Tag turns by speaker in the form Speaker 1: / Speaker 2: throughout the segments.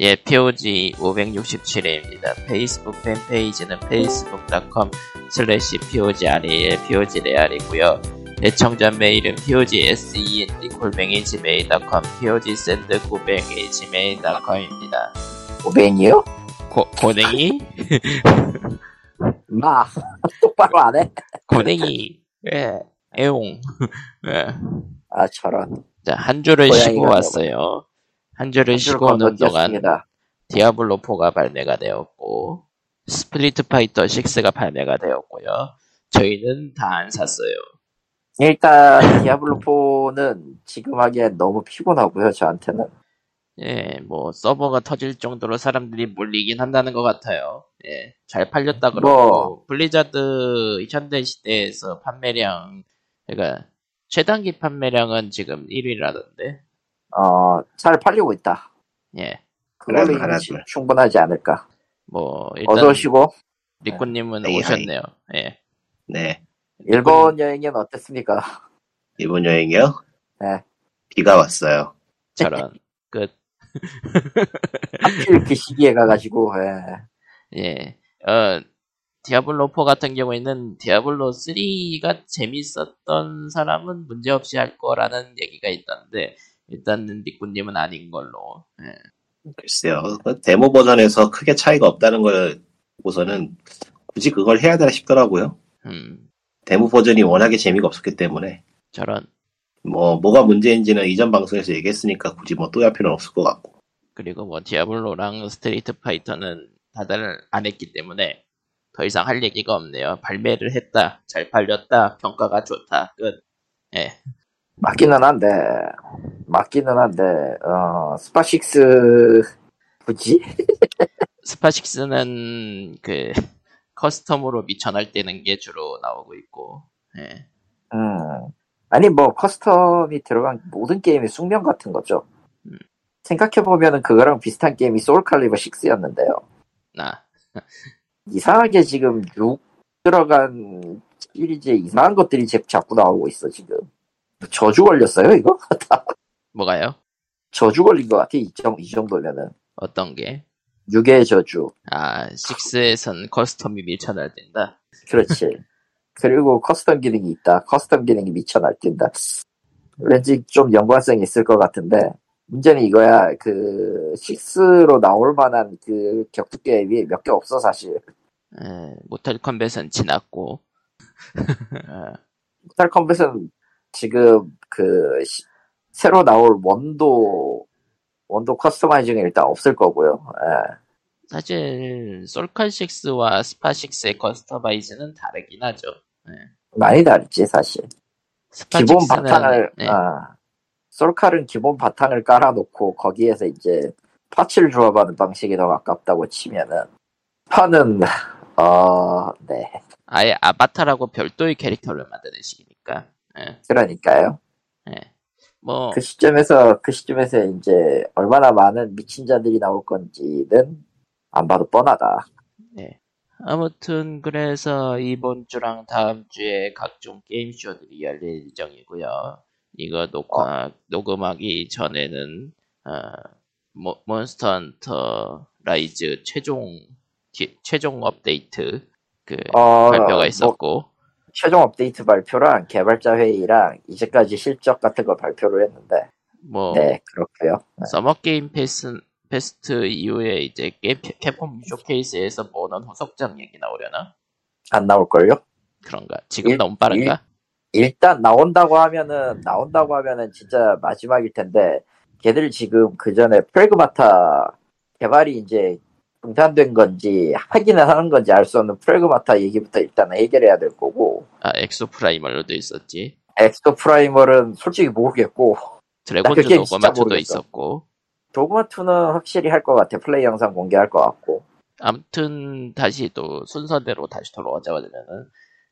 Speaker 1: 예, POG 567회입니다. 페이스북 팬페이지는 facebook.com slash POGREL, POGREAL이고요. 애청자 메일은 E POGSEND-gmail.com, POGSEND-gmail.com입니다.
Speaker 2: 고뱅이요?
Speaker 1: 고, 고댕이?
Speaker 2: 마 똑바로 안 해?
Speaker 1: 고댕이! 예, 애용. 예.
Speaker 2: 아 저런
Speaker 1: 자, 한 주를
Speaker 2: 고양이가
Speaker 1: 쉬고
Speaker 2: 먹어.
Speaker 1: 왔어요. 한 주를 쉬고 오는 동안
Speaker 2: 건너뛰었습니다.
Speaker 1: 디아블로4가 발매가 되었고, 스플리트 파이터 6가 발매가 되었고요. 저희는 다 안 샀어요.
Speaker 2: 일단 디아블로4는 지금 하기엔 너무 피곤하고요 저한테는
Speaker 1: 예, 뭐, 서버가 터질 정도로 사람들이 몰리긴 한다는 것 같아요. 예, 잘 팔렸다 그러고, 블리자드 현대 시대에서 판매량, 그러니까, 최단기 판매량은 지금 1위라던데,
Speaker 2: 어잘 팔리고 있다
Speaker 1: 예,
Speaker 2: 그걸로
Speaker 3: 그나마,
Speaker 2: 이미 충-
Speaker 3: 그나마.
Speaker 2: 충분하지 않을까
Speaker 1: 뭐,
Speaker 2: 어서
Speaker 1: 일단,
Speaker 2: 오시고
Speaker 1: 리코님은
Speaker 3: AI.
Speaker 1: 오셨네요. 예.
Speaker 3: 네.
Speaker 1: 음.
Speaker 2: 일본 여행은 어땠습니까?
Speaker 3: 일본 여행이요?
Speaker 2: 네.
Speaker 3: 비가 왔어요.
Speaker 1: 저런 끝.
Speaker 2: 하필 그 시기에 가가지고 예.
Speaker 1: 예. 어 디아블로 4 같은 경우에는 디아블로 3가 재밌었던 사람은 문제 없이 할 거라는 얘기가 있던데 일단은 니꾸님은 아닌 걸로. 예.
Speaker 3: 글쎄요. 그 데모 버전에서 크게 차이가 없다는 걸 보고서는 굳이 그걸 해야 되나 싶더라고요.
Speaker 1: 음.
Speaker 3: 데모 버전이 워낙에 재미가 없었기 때문에
Speaker 1: 저런
Speaker 3: 뭐 뭐가 문제인지는 이전 방송에서 얘기했으니까 굳이 뭐 또 할 필요는 없을 것 같고
Speaker 1: 그리고 뭐 디아블로랑 스트리트 파이터는 다들 안 했기 때문에 더 이상 할 얘기가 없네요. 발매를 했다. 잘 팔렸다. 평가가 좋다. 끝. 예.
Speaker 2: 맞기는 한데 맞기는 한데 어 스파식스 굳이?
Speaker 1: 스파식스는 그 커스텀으로 미쳐날 때는 게 주로 나오고 있고 예.
Speaker 2: 음. 아니, 뭐, 커스텀이 들어간 모든 게임이 숙명 같은 거죠.
Speaker 1: 음.
Speaker 2: 생각해보면은 그거랑 비슷한 게임이 소울칼리버 6였는데요.
Speaker 1: 나
Speaker 2: 이상하게 지금 6 들어간 시리즈에 이상한 것들이 제- 자꾸 나오고 있어, 지금. 저주 걸렸어요, 이거?
Speaker 1: 뭐가요?
Speaker 2: 저주 걸린 것 같아, 이, 정, 이 정도면은.
Speaker 1: 어떤 게?
Speaker 2: 6의 저주.
Speaker 1: 아, 6에선 커스텀이 미쳐날 된다.
Speaker 2: 그렇지. 그리고 커스텀 기능이 있다. 커스텀 기능이 미쳐 날뛴다. 왠지 좀 연관성이 있을 것 같은데 문제는 이거야. 그 6로 나올 만한 그 격투 게임이 몇 개 없어 사실.
Speaker 1: 에, 모탈 컴뱃은 지났고 어,
Speaker 2: 모탈 컴뱃은 지금 그 시- 새로 나올 원도 원도 커스터마이징은 일단 없을 거고요. 예.
Speaker 1: 사실 솔칼 6와 스파 6의 커스터마이즈는 다르긴 하죠.
Speaker 2: 많이 다르지 사실.
Speaker 1: 스파
Speaker 2: 기본
Speaker 1: 6는-
Speaker 2: 바탕을
Speaker 1: 네,
Speaker 2: 아, 솔칼은 기본 바탕을 깔아놓고 거기에서 이제 파츠를 조합하는 방식이 더 가깝다고 치면은 파는 어네
Speaker 1: 아예 아바타라고 별도의 캐릭터를 만드는 식이니까. 예,
Speaker 2: 그러니까요
Speaker 1: 예. 뭐
Speaker 2: 그 시점에서 그 시점에서 이제 얼마나 많은 미친 자들이 나올 건지는 안 봐도 뻔하다
Speaker 1: 아무튼 그래서 이번 주랑 다음 주에 각종 게임 쇼들이 열릴 예정이고요. 이거 녹화 녹음하기 전에는 어, 모- 몬스터 헌터 라이즈 최종 기- 최종 업데이트 그
Speaker 2: 어,
Speaker 1: 발표가
Speaker 2: 뭐
Speaker 1: 있었고
Speaker 2: 최종 업데이트 발표랑 개발자 회의랑 이제까지 실적 같은 걸 발표를 했는데
Speaker 1: 뭐
Speaker 2: 네 그렇고요
Speaker 1: 서머 게임 패스 페스트 이후에 이제 게, 캡콤 쇼케이스에서 뭐는 후속작 얘기 나오려나
Speaker 2: 안 나올걸요
Speaker 1: 그런가 지금
Speaker 2: 일-
Speaker 1: 너무 빠른가
Speaker 2: 예. 일단 나온다고 하면은 나온다고 하면은 진짜 마지막일 텐데 걔들 지금 그 전에 프레그마타 개발이 이제 중단된 건지 하기는 하는 건지 알 수 없는 프레그마타 얘기부터 일단 해결해야 될 거고
Speaker 1: 아 엑소 프라이멀로도 있었지
Speaker 2: 엑소 프라이멀은 솔직히 모르겠고 그
Speaker 1: 드래곤즈
Speaker 2: 게임 진짜
Speaker 1: 노고마트도
Speaker 2: 모르겠어.
Speaker 1: 있었고
Speaker 2: 도그마2는 확실히 할 것 같아 플레이 영상 공개할 것 같고
Speaker 1: 아무튼 다시 또 순서대로 다시 돌아오자면은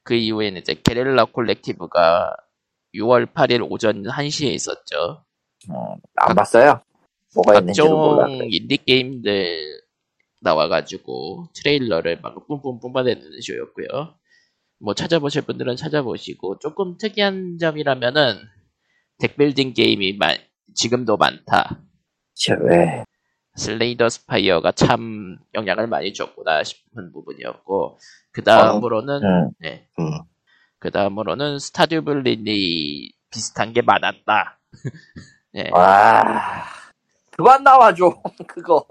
Speaker 1: 그 이후에는 이제 게릴라 콜렉티브가 6월 8일 오전 1시에 있었죠.
Speaker 2: 음, 안 봤어요 뭐가 있는지도
Speaker 1: 각종
Speaker 2: 몰랐는데
Speaker 1: 인디 게임들 나와가지고 트레일러를 막 뿜뿜 뿜어내는 쇼였고요. 뭐 찾아보실 분들은 찾아보시고 조금 특이한 점이라면은 덱빌딩 게임이 마- 지금도 많다.
Speaker 2: 예. 쟤왜
Speaker 1: 슬레이더 스파이어가 참 영향을 많이 줬구나 싶은 부분이었고 그 다음으로는
Speaker 2: 음.
Speaker 1: 네.
Speaker 3: 음.
Speaker 1: 그 다음으로는 스타듀 블리니 비슷한 게 많았다. 네.
Speaker 2: 아, 와 그만 나와줘 그거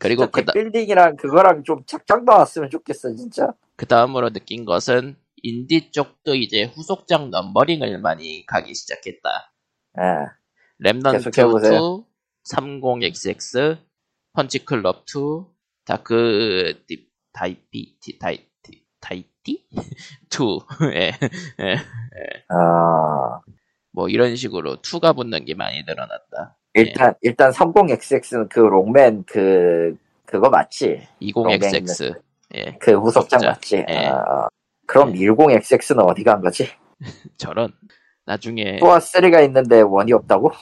Speaker 1: 그리고 그, 다,
Speaker 2: 빌딩이랑 그거랑 좀 착장 나왔으면 좋겠어 진짜
Speaker 1: 그 다음으로 느낀 것은 인디 쪽도 이제 후속작 넘버링을 많이 가기 시작했다.
Speaker 2: 예.
Speaker 1: 랩넌트
Speaker 2: 계속 해보세요.
Speaker 1: 2, 30XX, 펀치클럽 2, 다크 딥 다이피 디- 다이 디- 다이티 2, 예, 예.
Speaker 2: 아,
Speaker 1: 뭐 이런 식으로 2가 붙는 게 많이 늘어났다.
Speaker 2: 일단 일단 30XX는 그 롱맨 그 그거 맞지?
Speaker 1: 20XX, 예,
Speaker 2: 그 후속작
Speaker 1: 후속작.
Speaker 2: 맞지?
Speaker 1: 예.
Speaker 2: 아, 그럼 10XX는 어디 간 거지?
Speaker 1: 저런. 나중에
Speaker 2: 또아 3가 있는데 원이 없다고?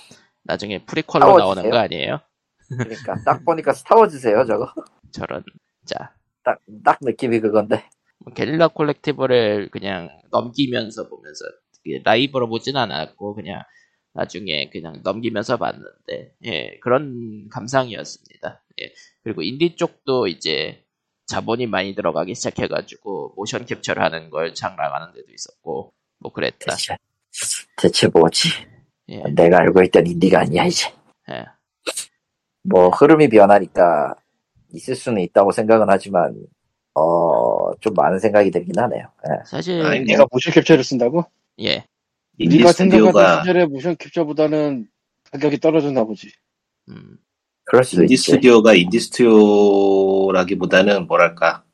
Speaker 1: 나중에
Speaker 2: 싸워주세요.
Speaker 1: 프리퀄로 나오는 거 아니에요?
Speaker 2: 그러니까 딱 보니까 스타워즈세요 저거.
Speaker 1: 저런. 자,
Speaker 2: 딱, 딱 느낌이 그건데.
Speaker 1: 뭐 게릴라 콜렉티브를 그냥 넘기면서 보면서 이게 라이브로 보진 않았고 그냥 나중에 그냥 넘기면서 봤는데 예 그런 감상이었습니다 예 그리고 인디 쪽도 이제 자본이 많이 들어가기 시작해가지고 모션 캡처를 하는 걸 장악하는 데도 있었고 뭐 그랬다
Speaker 2: 대체, 대체 뭐지?
Speaker 1: 예,
Speaker 2: 내가 알고 있던 인디가 아니야 이제.
Speaker 1: 예.
Speaker 2: 뭐 흐름이 변하니까 있을 수는 있다고 생각은 하지만 어, 좀 많은 생각이 들긴 하네요. 예.
Speaker 1: 사실
Speaker 3: 아니,
Speaker 4: 내가 모션 캡처를 쓴다고?
Speaker 1: 예
Speaker 3: 인디
Speaker 4: 네가 생각하던
Speaker 3: 스튜디오가
Speaker 4: 시절에 모션 캡처보다는 가격이 떨어졌나 보지.
Speaker 1: 음,
Speaker 2: 그럴 수도
Speaker 3: 인디
Speaker 2: 있지.
Speaker 3: 스튜디오가 인디 스튜디오라기보다는 뭐랄까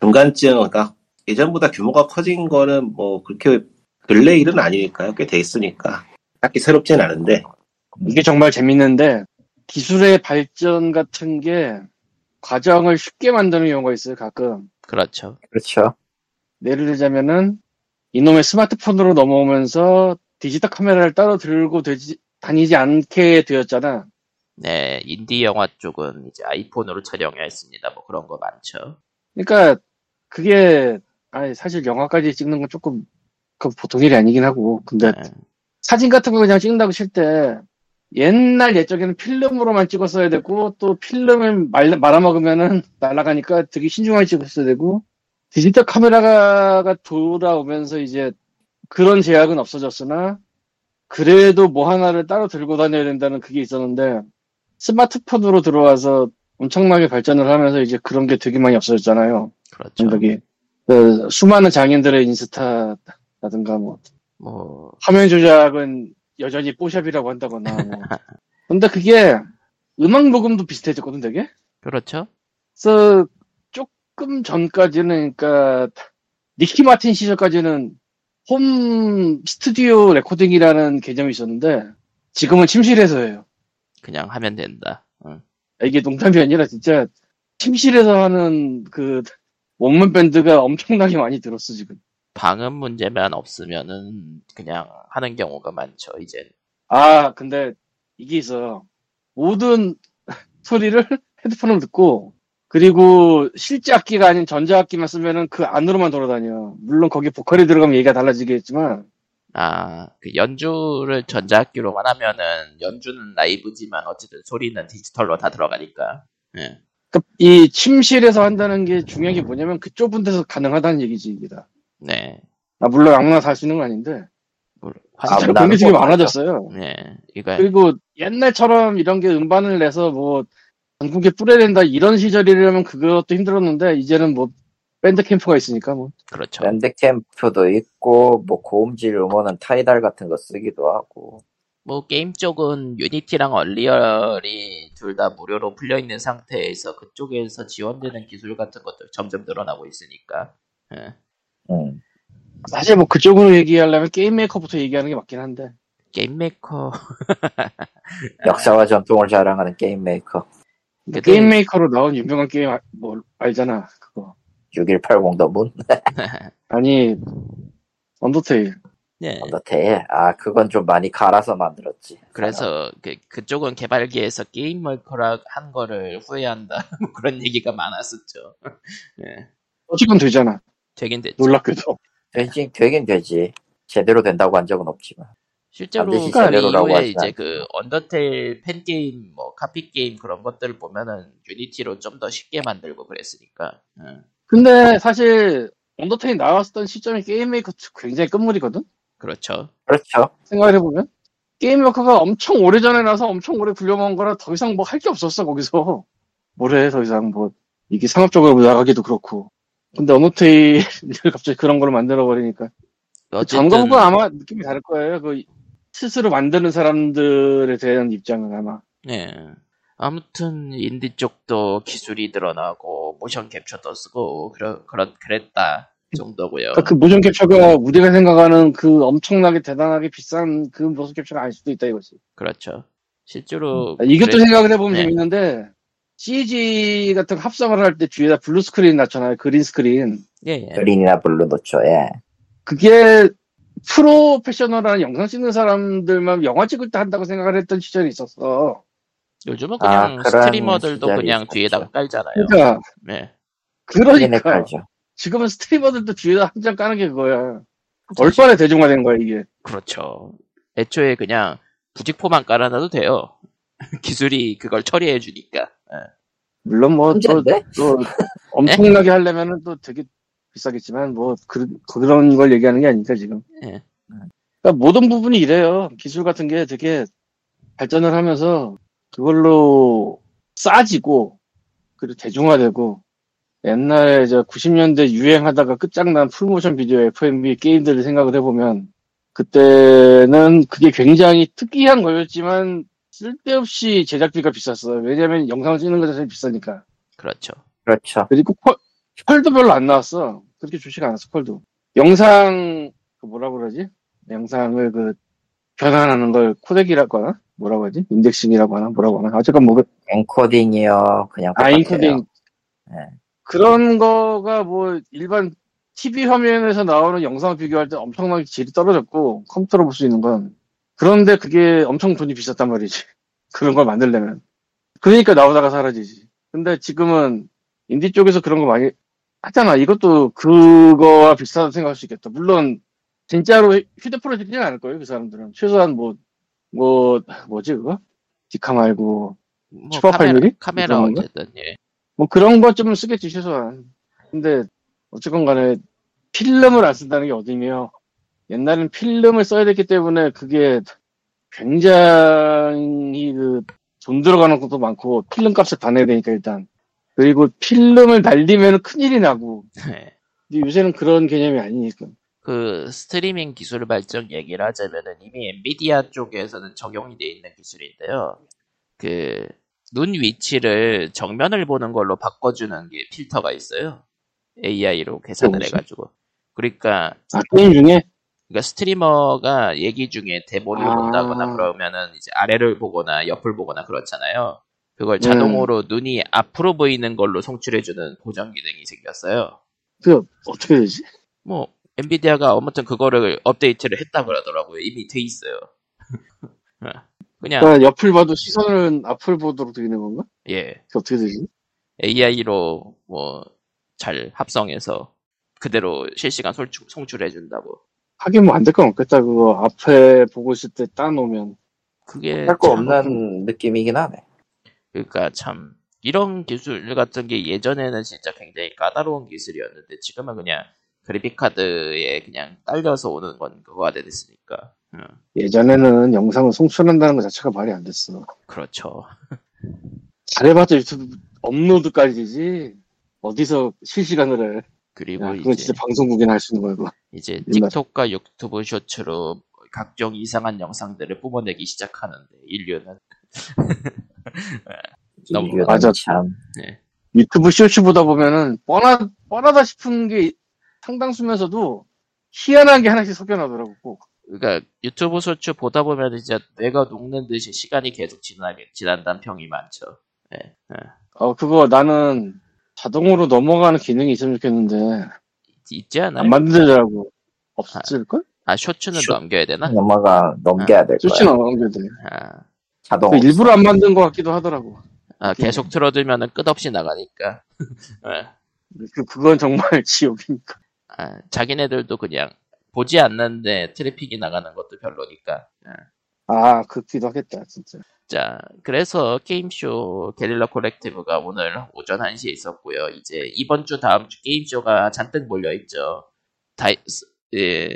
Speaker 3: 중간쯤 그러니까 예전보다 규모가 커진 거는 뭐 그렇게 근래 일은 아니니까요 꽤 돼 있으니까 딱히 새롭진 않은데 음.
Speaker 4: 이게 정말 재밌는데 기술의 발전 같은 게 과정을 쉽게 만드는 경우가 있어요 가끔
Speaker 1: 그렇죠
Speaker 2: 그렇죠.
Speaker 4: 예를 들자면은 이놈의 스마트폰으로 넘어오면서 디지털 카메라를 따로 들고 되지- 다니지 않게 되었잖아
Speaker 1: 네 인디 영화 쪽은 이제 아이폰으로 촬영했습니다 뭐 그런 거 많죠
Speaker 4: 그러니까 그게 아니 사실 영화까지 찍는 건 조금 그 보통 일이 아니긴 하고 근데
Speaker 1: 예.
Speaker 4: 사진 같은 거 그냥 찍는다고 칠 때 옛날 옛적에는 필름으로만 찍었어야 되고 또 필름을 말, 말아먹으면은 날아가니까 되게 신중하게 찍었어야 되고 디지털 카메라가 돌아오면서 이제 그런 제약은 없어졌으나 그래도 뭐 하나를 따로 들고 다녀야 된다는 그게 있었는데 스마트폰으로 들어와서 엄청나게 발전을 하면서 이제 그런 게 되게 많이 없어졌잖아요.
Speaker 1: 그렇죠
Speaker 4: 저기 그 수많은 장인들의 인스타라든가 뭐
Speaker 1: 뭐
Speaker 4: 화면 조작은 여전히 뽀샵이라고 한다거나. 뭐. 근데 그게 음악 녹음도 비슷해졌거든, 되게?
Speaker 1: 그렇죠
Speaker 4: 그래서 조금 전까지는, 그러니까, 니키 마틴 시절까지는 홈 스튜디오 레코딩이라는 개념이 있었는데, 지금은 침실에서 해요.
Speaker 1: 그냥 하면 된다. 응.
Speaker 4: 이게 농담이 아니라 진짜 침실에서 하는 그 원문 밴드가 엄청나게 많이 들었어, 지금.
Speaker 1: 방음 문제만 없으면은 그냥 하는 경우가 많죠. 이제
Speaker 4: 아, 근데 이게 있어요. 모든 소리를 헤드폰으로 듣고, 그리고 실제 악기가 아닌 전자악기만 쓰면은 그 안으로만 돌아다녀. 물론 거기 보컬이 들어가면 얘기가 달라지겠지만,
Speaker 1: 아그 연주를 전자악기로만 하면은 연주는 라이브지만 어쨌든 소리는 디지털로 다 들어가니까. 예.
Speaker 4: 그러니까 이 침실에서 한다는 게 중요한 게 뭐냐면 그 좁은 데서 가능하다는 얘기지, 이게다.
Speaker 1: 네.
Speaker 4: 아, 물론 아무나 다 할 수 있는 건 아닌데,
Speaker 1: 물-
Speaker 4: 진짜
Speaker 1: 화질.
Speaker 2: 아무나.
Speaker 4: 공개적이
Speaker 2: 뭐
Speaker 4: 많아졌어요.
Speaker 1: 네. 이거
Speaker 4: 그리고 옛날처럼 이런 게 음반을 내서 뭐 전국에 뿌려야 된다 이런 시절이라면 그것도 힘들었는데 이제는 뭐 밴드 캠프가 있으니까 뭐
Speaker 1: 그렇죠.
Speaker 2: 밴드 캠프도 있고 뭐 고음질 음원은 타이달 같은 거 쓰기도 하고.
Speaker 1: 뭐 게임 쪽은 유니티랑 얼리얼이 둘 다 무료로 풀려 있는 상태에서 그쪽에서 지원되는 기술 같은 것도 점점 늘어나고 있으니까. 예.
Speaker 2: 음.
Speaker 4: 사실 뭐 그쪽으로 얘기하려면 게임 메이커부터 얘기하는 게 맞긴 한데
Speaker 1: 게임 메이커
Speaker 2: 네. 역사와 전통을 자랑하는 게임 메이커
Speaker 4: 근데
Speaker 1: 그게-
Speaker 4: 게임 메이커로 나온 유명한 게임 아- 뭐 알잖아 그거
Speaker 2: 6180 더문
Speaker 4: 아니 언더테일
Speaker 1: 네.
Speaker 2: 언더테일 아 그건 좀 많이 갈아서 만들었지.
Speaker 1: 그래서 그, 그쪽은 개발계에서 게임 메이커라 한 거를 후회한다 뭐 그런 얘기가 많았었죠. 예,
Speaker 4: 어쨌건 되잖아
Speaker 1: 되긴 됐죠.
Speaker 4: 놀랍게도
Speaker 2: 되긴 되긴 되지. 제대로 된다고 한 적은 없지만.
Speaker 1: 실제로 그
Speaker 2: 반드시 제대로라고
Speaker 1: 이후에
Speaker 2: 하지만.
Speaker 1: 이제 그 언더테일 팬 게임, 뭐 카피 게임 그런 것들을 보면은 유니티로 좀 더 쉽게 만들고 그랬으니까. 응,
Speaker 4: 근데 사실 언더테인 나왔었던 시점이 게임메이커 굉장히 끝물이거든?
Speaker 1: 그렇죠.
Speaker 2: 그렇죠.
Speaker 4: 생각해보면. 게임메이커가 엄청 오래전에 나서 엄청 오래 굴려먹은 거라 더 이상 뭐 할 게 없었어, 거기서. 뭐래, 더 이상 뭐. 이게 상업적으로 나가기도 그렇고. 근데 언더테일을 갑자기 그런 걸로 만들어버리니까.
Speaker 1: 어쨌든
Speaker 4: 전공부 아마 느낌이 다를 거예요. 그 스스로 만드는 사람들에 대한 입장은 아마.
Speaker 1: 네. 아무튼 인디 쪽도 기술이 늘어나고 모션 캡처도 쓰고 그런 그런 그랬다 정도고요.
Speaker 4: 그러니까 그 모션 캡처가 우리가 생각하는 그 엄청나게 대단하게 비싼 그 모션 캡처가 아닐 수도 있다 이거지.
Speaker 1: 그렇죠. 실제로
Speaker 4: 음. 아, 이것도
Speaker 1: 그래-
Speaker 4: 생각을 해보면
Speaker 1: 네.
Speaker 4: 재밌는데 CG 같은 거 합성을 할 때 뒤에다 블루 스크린 놨잖아요. 그린 스크린.
Speaker 1: 예, 예.
Speaker 2: 그린이나 블루 노초, 예.
Speaker 4: 그게 프로페셔널한 영상 찍는 사람들만 영화 찍을 때 한다고 생각을 했던 시절이 있었어.
Speaker 1: 요즘은
Speaker 2: 아,
Speaker 1: 그냥
Speaker 2: 그런
Speaker 1: 스트리머들도
Speaker 2: 시절이
Speaker 1: 그냥
Speaker 2: 있었죠.
Speaker 1: 뒤에다 깔잖아요.
Speaker 4: 그러니까
Speaker 1: 네.
Speaker 2: 그린에
Speaker 4: 그러니까
Speaker 2: 깔죠.
Speaker 4: 지금은 스트리머들도 뒤에다 한 장 까는 게 그거야.
Speaker 1: 사실-
Speaker 4: 얼마나 대중화된 거야 이게.
Speaker 1: 그렇죠. 애초에 그냥 부직포만 깔아놔도 돼요. 기술이 그걸 처리해 주니까.
Speaker 4: 물론 뭐 또
Speaker 2: 문제인데?
Speaker 4: 엄청나게 하려면은 또 되게 비싸겠지만 뭐 그, 런걸 얘기하는 게 아니니까 지금.
Speaker 1: 예.
Speaker 4: 그러니까 모든 부분이 이래요. 기술 같은 게 되게 발전을 하면서 그걸로 싸지고 그리고 대중화되고 옛날에 저 90년대 유행하다가 끝장난 풀모션 비디오 FMV 게임들을 생각을 해보면 그때는 그게 굉장히 특이한 거였지만 쓸데없이 제작비가 비쌌어요. 왜냐면 영상 찍는 거 자체는 비싸니까.
Speaker 1: 그렇죠.
Speaker 2: 그렇죠.
Speaker 4: 그리고 펄, 펄도 별로 안 나왔어. 그렇게 좋지가 않았어, 펄도. 영상, 그 뭐라 그러지? 영상을 그, 변환하는 걸 코덱이라고 하나? 뭐라고 하지? 인덱싱이라고 하나? 뭐라고 하나? 어쨌건 뭐, 그-
Speaker 2: 엔코딩이요. 그냥
Speaker 4: 아,
Speaker 2: 똑같아요.
Speaker 4: 인코딩.
Speaker 2: 네.
Speaker 4: 그런 거가 뭐, 일반 TV 화면에서 나오는 영상 비교할 때 엄청나게 질이 떨어졌고, 컴퓨터로 볼 수 있는 건. 그런데 그게 엄청 돈이 비쌌단 말이지. 그런 걸 만들려면. 그러니까 나오다가 사라지지. 근데 지금은 인디 쪽에서 그런 거 많이 하잖아. 이것도 그거와 비슷하다고 생각할 수 있겠다. 물론, 진짜로 휴대폰을 들리진 않을 거예요, 그 사람들은. 최소한 뭐, 뭐, 뭐지, 그거? 디카 말고,
Speaker 1: 뭐
Speaker 4: 슈퍼
Speaker 1: 카메라,
Speaker 4: 팔미리?
Speaker 1: 카메라
Speaker 4: 그런 건가?
Speaker 1: 어쨌든 예.
Speaker 4: 뭐 그런 것 좀 쓰겠지 최소한 근데 어쨌건 간에 필름을 안 쓴다는 게 어디며 옛날엔 필름을 써야 됐기 때문에 그게 굉장히 그 돈 들어가는 것도 많고 필름 값을 다 내야 되니까 일단 그리고 필름을 날리면 큰일이 나고
Speaker 1: 예.
Speaker 4: 근데 요새는 그런 개념이 아니니까
Speaker 1: 그 스트리밍 기술 발전 얘기를 하자면은 이미 엔비디아 쪽에서는 적용이 돼 있는 기술인데요. 그 눈 위치를 정면을 보는 걸로 바꿔주는 게 필터가 있어요. AI로 계산을
Speaker 4: 그게 무슨-
Speaker 1: 해가지고. 그러니까,
Speaker 4: 아 게임 중에
Speaker 1: 그러니까 스트리머가 얘기 중에 대본을
Speaker 4: 아.
Speaker 1: 본다거나 그러면은 이제 아래를 보거나 옆을 보거나 그렇잖아요. 그걸
Speaker 4: 음.
Speaker 1: 자동으로 눈이 앞으로 보이는 걸로 송출해주는 고정 기능이 생겼어요.
Speaker 4: 그 어떻게 되지
Speaker 1: 뭐 엔비디아가 아무튼 그거를 업데이트를 했다 그러더라고요. 이미 돼 있어요. 아, 그냥
Speaker 4: 그러니까 옆을 봐도 시선은 앞을 보도록 되는 건가
Speaker 1: 예
Speaker 4: 그게 어떻게 되지
Speaker 1: AI로 뭐 잘 합성해서 그대로 실시간 솔출, 송출해 준다고.
Speaker 4: 하긴 뭐 안 될 건 없겠다 그거 앞에 보고 있을 때 따놓으면
Speaker 1: 그게
Speaker 2: 할거
Speaker 1: 참-
Speaker 2: 없는 느낌이긴 하네.
Speaker 1: 그러니까 참 이런 기술 같은 게 예전에는 진짜 굉장히 까다로운 기술이었는데 지금은 그냥 그래픽 카드에 그냥 딸려서 오는 건 그거가 됐으니까. 음,
Speaker 4: 예전에는 영상을 송출한다는 것 자체가 말이 안 됐어.
Speaker 1: 그렇죠.
Speaker 4: 잘해봤자 유튜브 업로드까지지. 어디서 실시간으로 해.
Speaker 1: 그리고
Speaker 4: 야, 그건
Speaker 1: 이제
Speaker 4: 진짜 방송국이나 할 수 있는 거야, 그거.
Speaker 1: 이제
Speaker 4: 옛날-
Speaker 1: 틱톡과 유튜브 쇼츠로 각종 이상한 영상들을 뿜어내기 시작하는데 인류는 너무-
Speaker 2: 인류는
Speaker 4: 맞아.
Speaker 2: 참.
Speaker 4: 유튜브 쇼츠 보다 보면은 뻔하, 뻔하다 싶은 게 상당수면서도 희한한 게 하나씩 섞여나더라고. 꼭.
Speaker 1: 그러니까 유튜브 쇼츠 보다 보면 진짜 뇌가 녹는 듯이 시간이 계속 지나게 지난다는 평이 많죠. 예, 예.
Speaker 4: 어, 그거 나는 자동으로 넘어가는 기능이 있으면 좋겠는데
Speaker 1: 있지 않아요?
Speaker 4: 안 만들더라고. 없을걸?
Speaker 1: 네. 아 쇼츠는
Speaker 2: 쇼- 네.
Speaker 1: 넘겨야 되나?
Speaker 2: 넘어가 넘겨야 될
Speaker 4: 쇼츠는
Speaker 2: 거야.
Speaker 4: 안 만들대.
Speaker 1: 아,
Speaker 2: 자동.
Speaker 4: 그 일부러 안 만든 것 같기도 하더라고.
Speaker 1: 아, 계속 틀어두면은 끝없이 나가니까. 예.
Speaker 4: 그, 그건 정말 지옥이니까.
Speaker 1: 아, 자기네들도 그냥 보지 않는데 트래픽이 나가는 것도 별로니까. 예.
Speaker 4: 아, 그기도 하겠다, 진짜.
Speaker 1: 자, 그래서 게임쇼 게릴라 콜렉티브가 오늘 오전 1시에 있었고요. 이제 이번 주 다음 주 게임쇼가 잔뜩 몰려있죠. 다이, 스- 예,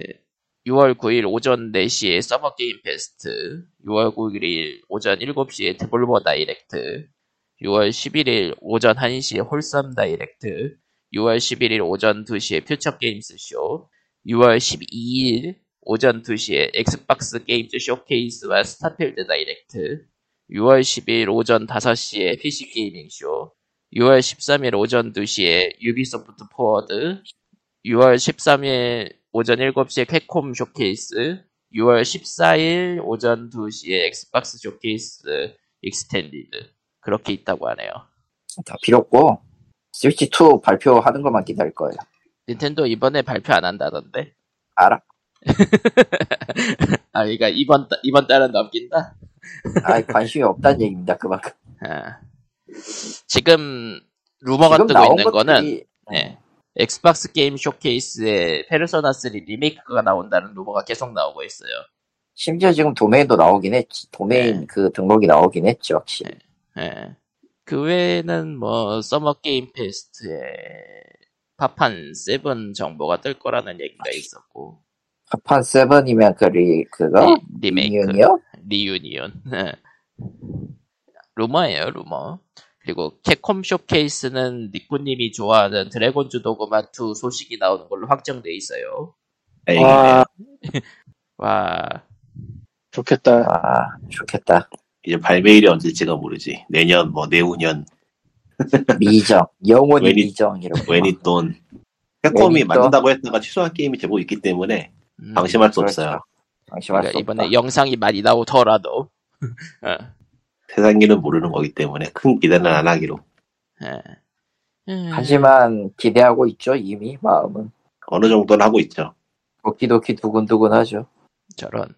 Speaker 1: 6월 9일 오전 4시에 서머 게임 페스트, 6월 9일 오전 7시에 데볼버 다이렉트, 6월 11일 오전 1시에 홀썸 다이렉트, 6월 11일 오전 2시에 퓨처 게임스 쇼, 6월 12일 오전 2시에 엑스박스 게임즈 쇼케이스와 스타필드 다이렉트, 6월 10일 오전 5시에 PC 게이밍 쇼, 6월 13일 오전 2시에 유비소프트 포워드, 6월 13일 오전 7시에 캡콤 쇼케이스, 6월 14일 오전 2시에 엑스박스 쇼케이스 익스텐디드 그렇게 있다고 하네요.
Speaker 2: 다 필요 없고 스위치 2 발표하는 것만 기다릴 거예요.
Speaker 1: 닌텐도 이번에 발표 안 한다던데?
Speaker 2: 알아?
Speaker 1: 아, 그러니까 이번 따- 이번 달은 넘긴다.
Speaker 2: 아 관심이
Speaker 1: 음.
Speaker 2: 없다는 얘기입니다. 그만큼
Speaker 1: 아. 지금 루머가 뜨고 있는 거는 네. 엑스박스 게임 쇼케이스에 페르소나 3 리메이크가 나온다는 루머가 계속 나오고 있어요.
Speaker 2: 심지어 지금 도메인도 나오긴 했지. 도메인
Speaker 1: 네.
Speaker 2: 그 등록이 나오긴 했지 확실히.
Speaker 1: 예. 그 외에는 뭐 서머 게임 페스트에 파판 7 정보가 뜰 거라는 얘기가 있었고
Speaker 2: 파판 세븐이면 그리 그거
Speaker 1: 리, 네. 메이크
Speaker 2: 어? 리뉴이요?
Speaker 1: 리유니온 예. 루머예요 루머 그리고 캡콤 쇼케이스는 니꾸님이 좋아하는 드래곤 주도그만 2 소식이 나오는 걸로 확정돼 있어요.
Speaker 3: 에이,
Speaker 4: 아,
Speaker 1: 와
Speaker 4: 좋겠다.
Speaker 2: 아 좋겠다.
Speaker 3: 이제 발매일이 언제일지가 모르지. 내년, 뭐, 내후년,
Speaker 2: 미정 영혼의
Speaker 3: 웬이-
Speaker 2: 미정 이런 거.
Speaker 3: 웬이 돈. 캡콤이
Speaker 2: 또?
Speaker 3: 만든다고 했다가 취소한 게임이 제법 있기 때문에
Speaker 1: 음.
Speaker 3: 방심할 수
Speaker 2: 그렇죠.
Speaker 3: 없어요.
Speaker 2: 방심할
Speaker 1: 그러니까
Speaker 2: 수 없다.
Speaker 1: 이번에 영상이 많이 나오더라도 어,
Speaker 3: 세상일은 모르는 거기 때문에 큰 기대는 안 하기로.
Speaker 1: 예. 음,
Speaker 2: 하지만 기대하고 있죠 이미 마음은.
Speaker 3: 어느 정도는 하고 있죠.
Speaker 2: 도끼도끼 두근두근하죠.
Speaker 1: 저런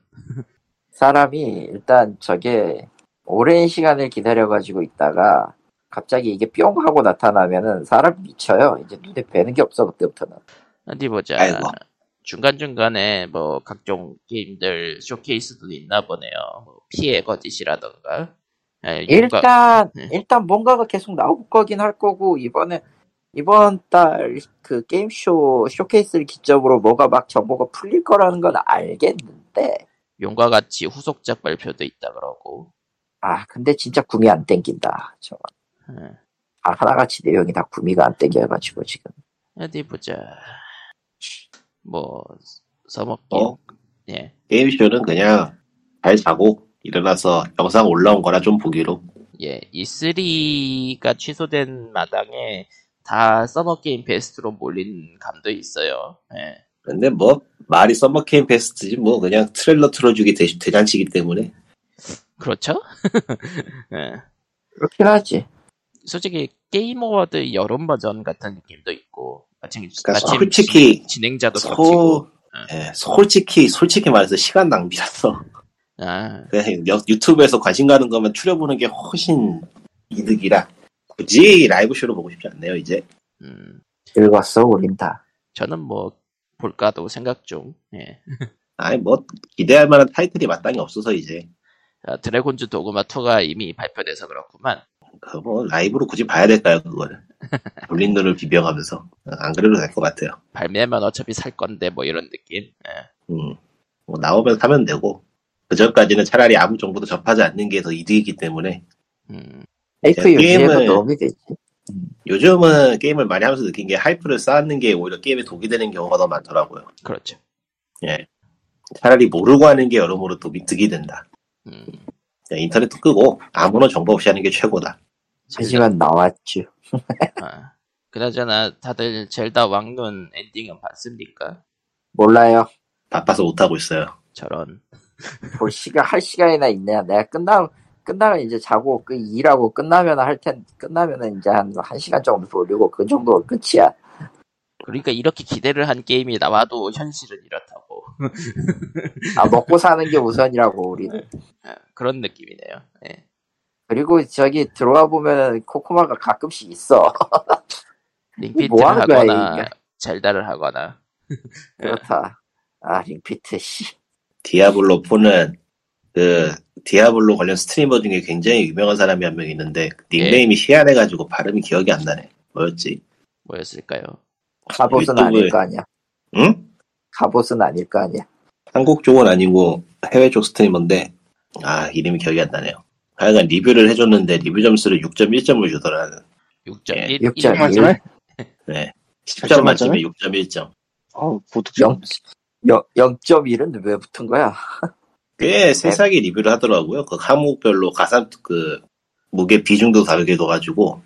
Speaker 2: 사람이 일단 저게 오랜 시간을 기다려가지고 있다가 갑자기 이게 뿅 하고 나타나면은 사람 미쳐요. 이제 눈에 뵈는 게 없어 그때부터는.
Speaker 1: 어디 보자
Speaker 3: 아이고.
Speaker 1: 중간 중간에 뭐 각종 게임들 쇼케이스도 있나 보네요 뭐 피해 거짓이라던가 예,
Speaker 2: 일단
Speaker 1: 육각- 네.
Speaker 2: 일단 뭔가가 계속 나올 거긴 할 거고 이번에 이번 달 그 게임쇼 쇼케이스를 기점으로 뭐가 막 정보가 풀릴 거라는 건 알겠는데
Speaker 1: 용과 같이 후속작 발표도 있다 그러고
Speaker 2: 아 근데 진짜 구미 안 땡긴다. 저건
Speaker 1: 예.
Speaker 2: 아, 하나같이 내용이 다 구미가 안 땡겨가지고 지금
Speaker 1: 어디 보자 뭐 써먹기
Speaker 3: 어?
Speaker 1: 예
Speaker 3: 게임쇼는 그냥 잘 자고 일어나서 영상 올라온 거나 좀 보기로.
Speaker 1: 예, E3가 취소된 마당에 다 서머 게임 베스트로 몰린 감도 있어요. 예.
Speaker 3: 근데 뭐, 말이 서머게임 베스트지 뭐, 그냥 트레일러 틀어주기 대, 대잔치기 때문에.
Speaker 1: 그렇죠? 예.
Speaker 2: 그렇긴 하지.
Speaker 1: 솔직히 게임 어워드 여름 버전 같은 느낌도 있고 마침,
Speaker 3: 그러니까
Speaker 1: 마침
Speaker 3: 솔직히
Speaker 1: 진- 진행자도
Speaker 2: 그렇죠.
Speaker 1: 바뀌고
Speaker 3: 소, 예, 솔직히, 솔직히 말해서 시간 낭비라서.
Speaker 1: 아,
Speaker 3: 그냥 여- 유튜브에서 관심 가는 거면 추려보는 게 훨씬 이득이라. 굳이 라이브쇼로 보고 싶지 않네요, 이제.
Speaker 1: 음,
Speaker 2: 읽었어 우린 다.
Speaker 1: 저는 뭐 볼까도 생각 중. 예.
Speaker 3: 아니, 뭐, 기대할 만한 타이틀이 마땅히 없어서 이제.
Speaker 1: 아, 드래곤즈 도그마 2가 이미 발표돼서 그렇구만.
Speaker 3: 그 뭐, 라이브로 굳이 봐야 될까요, 그거를. 돌린 눈을 비벼가면서. 어, 안 그래도 될 것 같아요.
Speaker 1: 발매만 어차피 살 건데 뭐 이런 느낌. 예.
Speaker 3: 음. 뭐, 나오면 사면 되고. 그 전까지는 차라리 아무 정보도 접하지 않는 게 더 이득이기 때문에.
Speaker 1: 음,
Speaker 2: 에이크
Speaker 3: 네,
Speaker 2: 유지에도 뭐
Speaker 3: 게임을-
Speaker 2: 도움이 되지.
Speaker 3: 요즘은 게임을 많이 하면서 느낀 게 하이프를 쌓는 게 오히려 게임에 독이 되는 경우가 더 많더라고요.
Speaker 1: 그렇죠.
Speaker 3: 차라리 모르고 하는 게 여러모로 독이 득이 된다.
Speaker 1: 음.
Speaker 3: 그냥 네, 인터넷도 끄고 아무런 정보 없이 하는 게 최고다.
Speaker 2: 하지만 나왔죠.
Speaker 1: 아, 그나저나 다들 젤다 왕눈 엔딩은 봤습니까?
Speaker 2: 몰라요.
Speaker 3: 바빠서 못하고 있어요.
Speaker 1: 저런.
Speaker 2: 볼뭐 시간 할 시간이나 있냐. 내가 끝나 끝나면 이제 자고 그 일하고 끝나면 할텐 끝나면은 이제 한 한 시간 정도 돌리고 그 정도 끝이야.
Speaker 1: 그러니까 이렇게 기대를 한 게임이 나와도 현실은 이렇다고.
Speaker 2: 아 먹고 사는 게 우선이라고 우리는.
Speaker 1: 아, 그런 느낌이네요. 예.
Speaker 2: 그리고 저기 들어와 보면 코코마가 가끔씩 있어.
Speaker 1: 링피트를
Speaker 2: 뭐 하는 거야,
Speaker 1: 하거나
Speaker 2: 이게?
Speaker 1: 젤다를 하거나
Speaker 2: 그렇다. 아 링피트 씨.
Speaker 3: 디아블로 4는 그 디아블로 관련 스트리머 중에 굉장히 유명한 사람이 한 명 있는데 그 닉네임이 희한해가지고 발음이 기억이 안 나네. 뭐였지?
Speaker 1: 뭐였을까요?
Speaker 2: 갑옷은
Speaker 3: 유튜브에-
Speaker 2: 아닐 거 아니야.
Speaker 3: 응?
Speaker 2: 갑옷은 아닐 거 아니야.
Speaker 3: 한국 쪽은 아니고 해외 쪽 스트리머인데 아 이름이 기억이 안 나네요. 하여간 리뷰를 해줬는데 리뷰 점수를 6.1점을 주더라는 예,
Speaker 1: 6.1
Speaker 2: 6.1.
Speaker 1: 이름은-
Speaker 4: 맞잖아요.
Speaker 3: 10점
Speaker 4: 맞잖아요.
Speaker 3: 만점에 6.1점.
Speaker 4: 어우,
Speaker 2: 영,
Speaker 4: 보득점.
Speaker 2: 영, 0.1은 왜 붙은 거야?
Speaker 3: 꽤 세세하게 리뷰를 하더라고요. 그 항목별로 가산 그 무게 비중도 다르게 둬가지고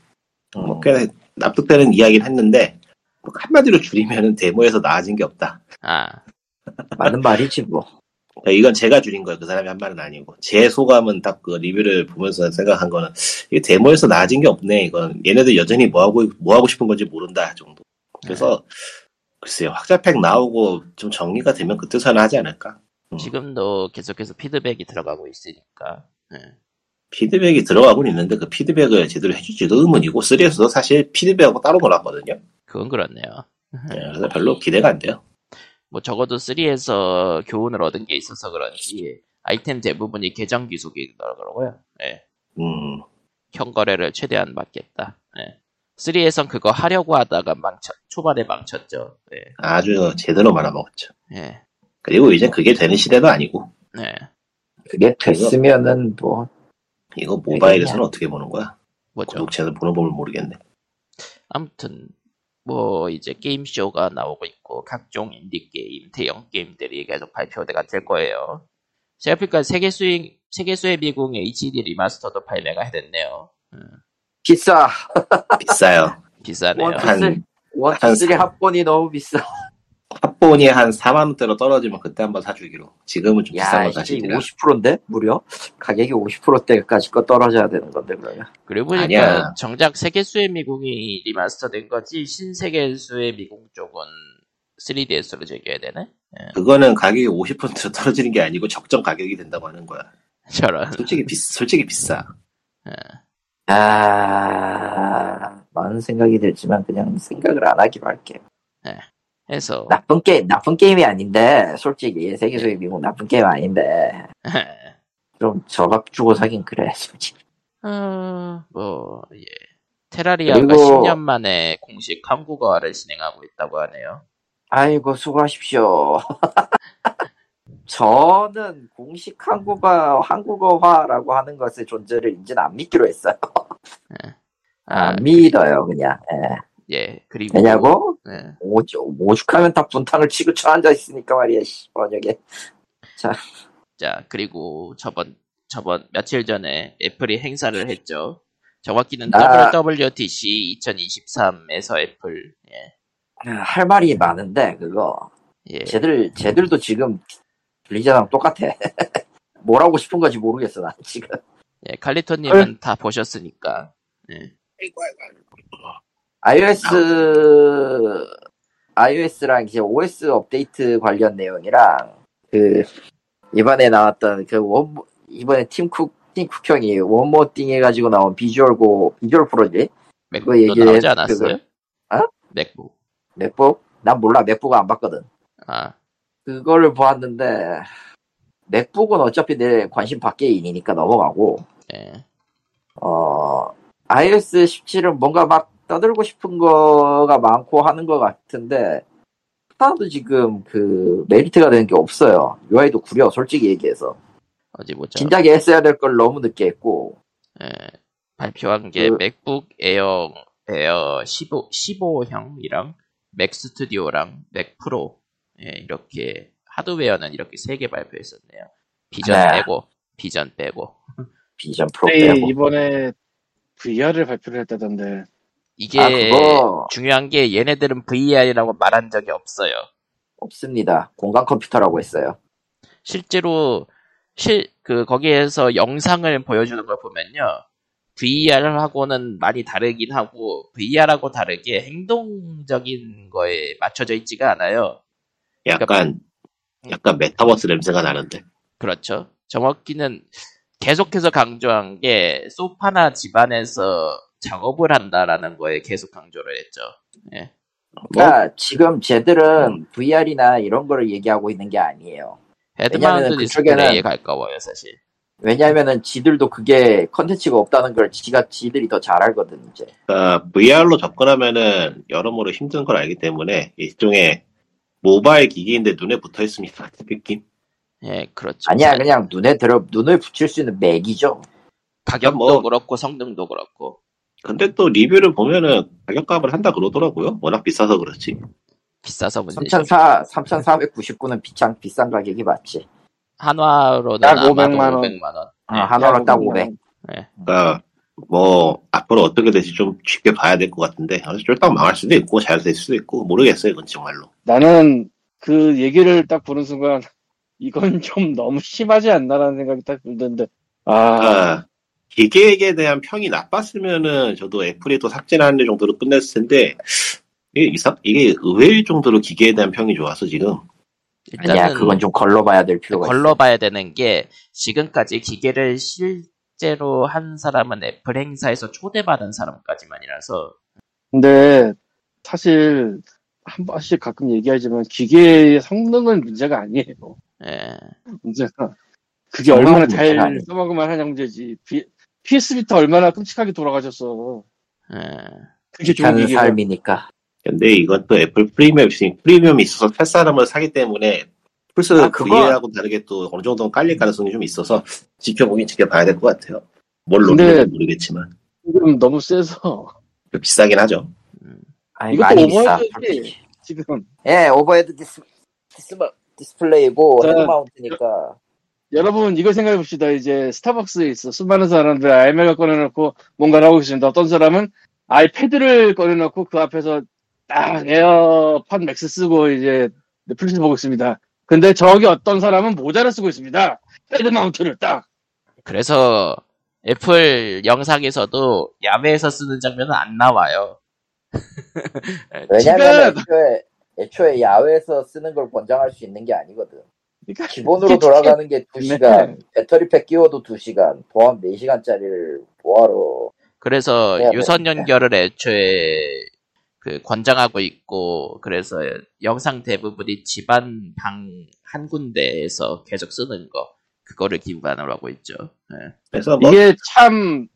Speaker 3: 뭐 꽤 납득되는 이야기를 했는데 뭐 한마디로 줄이면은 데모에서 나아진 게 없다.
Speaker 1: 아,
Speaker 2: 맞는 말이지 뭐.
Speaker 3: 그러니까 이건 제가 줄인 거예요. 그 사람이 한 말은 아니고 제 소감은 딱 그 리뷰를 보면서 생각한 거는 이게 데모에서 나아진 게 없네. 이건 얘네들 여전히 뭐 하고 뭐 하고 싶은 건지 모른다 정도. 그래서 글쎄요 확자팩 나오고 좀 정리가 되면 그때서야 하지 않을까. 음.
Speaker 1: 지금도 계속해서 피드백이 들어가고 있으니까. 예.
Speaker 3: 피드백이 들어가고 있는데 그 피드백을 제대로 해줄지도 의문이고 3에서도 사실 피드백하고 따로 놀았거든요.
Speaker 1: 그건 그렇네요.
Speaker 3: 예, 그래서 별로 기대가 안 돼요.
Speaker 1: 뭐 적어도 3에서 교훈을 얻은 게 있어서 그런지 아이템 대부분이 계정 기속이더라고요. 예.
Speaker 3: 음,
Speaker 1: 현거래를 최대한 막겠다. 예. 3에선 그거 하려고 하다가 망쳤, 초반에 망쳤죠. 예.
Speaker 3: 아주 제대로 말아먹었죠.
Speaker 1: 예.
Speaker 3: 그리고 이제 그게 되는 시대도 아니고
Speaker 1: 예.
Speaker 2: 그게 됐으면은 뭐
Speaker 3: 이거
Speaker 2: 네.
Speaker 3: 모바일에서는 어떻게 보는 거야?
Speaker 2: 그렇죠.
Speaker 1: 뭐죠?
Speaker 3: 구독자는 보는 법을 모르겠네.
Speaker 1: 아무튼 뭐 이제 게임 쇼가 나오고 있고 각종 인디 게임, 대형 게임들이 계속 발표가 될 거예요. 셀프가 세계 수익 세계 수의 미궁의 HD 리마스터도 발매가 됐네요. 음,
Speaker 2: 비싸.
Speaker 3: 비싸요.
Speaker 1: 비싸네요.
Speaker 2: 원-
Speaker 3: 한 한
Speaker 2: 원투쓰리
Speaker 3: 사-
Speaker 2: 합본이 너무 비싸.
Speaker 3: 합본이 한 4만 원대로 떨어지면 그때 한번 사주기로. 지금은 좀 비싼
Speaker 2: 야,
Speaker 3: 거
Speaker 2: 이게
Speaker 3: 사실이라.
Speaker 2: 50%인데 무려 가격이 50%대까지 거 떨어져야 되는 건데 그러면.
Speaker 1: 그리고 보니까
Speaker 3: 아니야.
Speaker 1: 정작 세계 수의 미궁이 리마스터된 거지 신세계 수의 미궁 쪽은 3DS로 즐겨야 되네.
Speaker 3: 그거는 가격이 50%로 떨어지는 게 아니고 적정 가격이 된다고 하는 거야.
Speaker 1: 저런.
Speaker 2: 음.
Speaker 3: 솔직히 비 솔직히 비싸.
Speaker 2: 아, 많은 생각이 들지만 그냥 생각을 안 하기로 할게요.
Speaker 1: 해서
Speaker 2: 나쁜 게임, 나쁜 게임이 아닌데, 솔직히, 세계소의 미국 나쁜 게임 아닌데, 좀 저값 주고 사긴 그래, 솔직히.
Speaker 1: 어, 뭐, 예. 테라리아가
Speaker 2: 그리고-
Speaker 1: 10년 만에 공식 한국어를 진행하고 있다고 하네요.
Speaker 2: 아이고, 수고하십시오. 저는 공식 한국어, 한국어화라고 하는 것의 존재를 이제는 안 믿기로 했어요.
Speaker 1: 아,
Speaker 2: 안 믿어요, 그냥. 예.
Speaker 1: 예, 그리고.
Speaker 2: 왜냐고?
Speaker 1: 예.
Speaker 2: 오죽, 오죽하면 다 분탕을 치고 쳐앉아 있으니까 말이야, 씨, 번역에.
Speaker 1: 자, 그리고 저번, 저번, 며칠 전에 애플이 행사를 했죠. 정확히는
Speaker 2: 아.
Speaker 1: WWDC 2023에서 애플, 예,
Speaker 2: 아, 할 말이 많은데, 그거.
Speaker 1: 예.
Speaker 2: 쟤들, 쟤들도 지금 블리자랑 똑같아. 뭘 하고 싶은 건지 모르겠어, 나 지금.
Speaker 1: 예, 칼리토님은 다 보셨으니까.
Speaker 2: iOS, iOS랑 이제 OS 업데이트 관련 내용이랑, 그, 이번에 나왔던 그 원, 이번에 팀쿡, 팀쿡 형이 원모띵 해가지고 나온 비주얼 고, 비주얼 프로지? 그거
Speaker 1: 맥북도
Speaker 2: 얘기해,
Speaker 1: 나오지 않았어요?
Speaker 2: 그거. 아?
Speaker 1: 맥북.
Speaker 2: 맥북? 난 몰라, 맥북은 안 봤거든.
Speaker 1: 아,
Speaker 2: 그거를 보았는데, 맥북은 어차피 내 관심 밖의 일이니까 넘어가고,
Speaker 1: 예.
Speaker 2: 어, iOS 17은 뭔가 막 떠들고 싶은 거가 많고 하는 것 같은데, 하나도 지금 그 메리트가 되는 게 없어요. UI도 구려, 솔직히 얘기해서.
Speaker 1: 어디 보자.
Speaker 2: 진작에 했어야 될 걸 너무 늦게 했고,
Speaker 1: 예, 발표한 게
Speaker 2: 그-
Speaker 1: 맥북 에어 에어 15 15형이랑 맥 스튜디오랑 맥 프로 예, 이렇게 하드웨어는 이렇게 세 개 발표했었네요. 비전
Speaker 2: 네.
Speaker 1: 빼고 비전 빼고
Speaker 2: 비전 프로
Speaker 4: 플레이
Speaker 2: 빼고.
Speaker 4: 이번에 VR을 발표를 했다던데.
Speaker 1: 이게
Speaker 2: 아, 그거
Speaker 1: 중요한 게 얘네들은 VR이라고 말한 적이 없어요.
Speaker 2: 없습니다. 공간 컴퓨터라고 했어요.
Speaker 1: 실제로 실 그 거기에서 영상을 보여주는 걸 보면요. VR하고는 많이 다르긴 하고 VR하고 다르게 행동적인 거에 맞춰져 있지가 않아요.
Speaker 2: 그러니까
Speaker 3: 약간
Speaker 2: 음.
Speaker 3: 약간 메타버스 냄새가 나는데.
Speaker 1: 그렇죠. 정확히는 계속해서 강조한 게 소파나 집안에서 작업을 한다라는 거에 계속 강조를 했죠.
Speaker 2: 그러니까
Speaker 1: 뭐?
Speaker 2: 지금
Speaker 1: 음.
Speaker 2: 쟤들은 VR이나 이런 거를 얘기하고 있는 게 아니에요.
Speaker 1: 헤드마운트
Speaker 2: 왜냐면은
Speaker 1: 디스플레이에
Speaker 2: 그쪽에는-
Speaker 1: 가까워요 사실.
Speaker 2: 왜냐면은 지들도 그게 컨텐츠가 없다는 걸 지가 지들이 더 잘 알거든 이제.
Speaker 3: 그러니까 VR로 접근하면은 여러모로 힘든 걸 알기 때문에 일종의 모바일 기기인데 눈에 붙어 있습니다. 느낌.
Speaker 1: 예 그렇죠.
Speaker 2: 아니야 그냥 눈에 들어 눈을 붙일 수 있는 맥이죠.
Speaker 1: 가격도
Speaker 3: 뭐-
Speaker 1: 그렇고 성능도 그렇고.
Speaker 3: 근데 또 리뷰를 보면은 가격값을 한다 그러더라고요. 워낙 비싸서 그렇지.
Speaker 1: 비싸서
Speaker 4: 네.
Speaker 1: 문제죠.
Speaker 2: 3,4 3,499는 비싼 비싼 가격이 맞지.
Speaker 1: 한화로는
Speaker 4: 딱
Speaker 1: 아마도
Speaker 4: 500만 원.
Speaker 1: 500만 원. 네.
Speaker 2: 어, 한화로 딱 500.
Speaker 3: 그러니까 뭐 앞으로 어떻게 될지 좀 쉽게 봐야 될 것 같은데 아무튼 쫄딱 망할 수도 있고 잘 될 수도 있고 모르겠어요. 이건 정말로.
Speaker 4: 나는 그 얘기를 딱 보는 순간 이건 좀 너무 심하지 않나라는 생각이 딱 들던데
Speaker 2: 네.
Speaker 4: 아
Speaker 3: 아, 기계에 대한 평이 나빴으면은 저도 애플이 또 삭제하는 를 정도로 끝냈을 텐데 이게 이상 이게 의외일 정도로 기계에 대한 평이 좋아서 지금
Speaker 2: 아니야
Speaker 1: 일단은
Speaker 2: 그건 좀 걸러봐야
Speaker 4: 네,
Speaker 2: 될 필요가 있어.
Speaker 1: 걸러봐야 되는 게 지금까지 기계를 실제로 한 사람은 애플 행사에서 초대받은 사람까지만이라서
Speaker 4: 근데 사실 한 번씩 가끔 얘기하지만 기계의 성능은 문제가 아니에요
Speaker 1: 예.
Speaker 4: 문제가 그게 얼마나
Speaker 2: 성능은 문제가
Speaker 4: 잘
Speaker 2: 아니에요.
Speaker 4: 써먹으면 하냐 문제지 피- PS 비타 얼마나 끔찍하게 돌아가셨어
Speaker 1: 예.
Speaker 4: 그게 좋은
Speaker 2: 사는
Speaker 4: 기계가
Speaker 2: 삶이니까.
Speaker 3: 근데 이것도 애플 프리미엄 있으니 프리미엄이 있어서 탈 사람을 사기 때문에 플스
Speaker 2: 아, 그거-
Speaker 3: VA하고 다르게 또 어느 정도는 깔릴 가능성이 좀 있어서 지켜보긴 지켜봐야 될 것 같아요. 뭘
Speaker 4: 근데-
Speaker 3: 노리는지 모르겠지만
Speaker 4: 지금 너무 세서
Speaker 3: 비싸긴 하죠.
Speaker 2: 아니
Speaker 4: 이것도
Speaker 2: 많이 비싸.
Speaker 4: 오버헤드지.
Speaker 2: 솔직히.
Speaker 4: 지금
Speaker 2: 예 오버헤드 디스 디스플 디스플레이고
Speaker 4: 자,
Speaker 2: 헤드마운트니까.
Speaker 4: 여러분 이걸 생각해 봅시다. 이제 스타벅스에 있어 수많은 사람들 아이맥을 꺼내놓고 뭔가를 하고 있습니다. 어떤 사람은 아이패드를 꺼내놓고 그 앞에서 딱 에어팟 맥스 쓰고 이제 넷플릭스 보고 있습니다. 근데 저기 어떤 사람은 모자를 쓰고 있습니다. 헤드 마운트를 딱.
Speaker 1: 그래서 애플 영상에서도 야외에서 쓰는 장면은 안 나와요.
Speaker 2: 왜냐면
Speaker 4: 네, 지금!
Speaker 2: 애초에 애초에 야외에서 쓰는 걸 권장할 수 있는 게 아니거든.
Speaker 4: 그러니까
Speaker 2: 기본으로
Speaker 4: 이게
Speaker 2: 돌아가는 게
Speaker 4: 네.
Speaker 2: 2시간, 배터리팩 끼워도 2시간, 보안 4시간짜리를 보아로.
Speaker 1: 그래서
Speaker 2: 해야
Speaker 1: 유선
Speaker 2: 되니까.
Speaker 1: 연결을 애초에 그 권장하고 있고 그래서 영상 대부분이 집안 방 한 군데에서 계속 쓰는 거 그거를 기반으로 하고 있죠. 예.
Speaker 3: 그래서 뭐
Speaker 4: 이게 참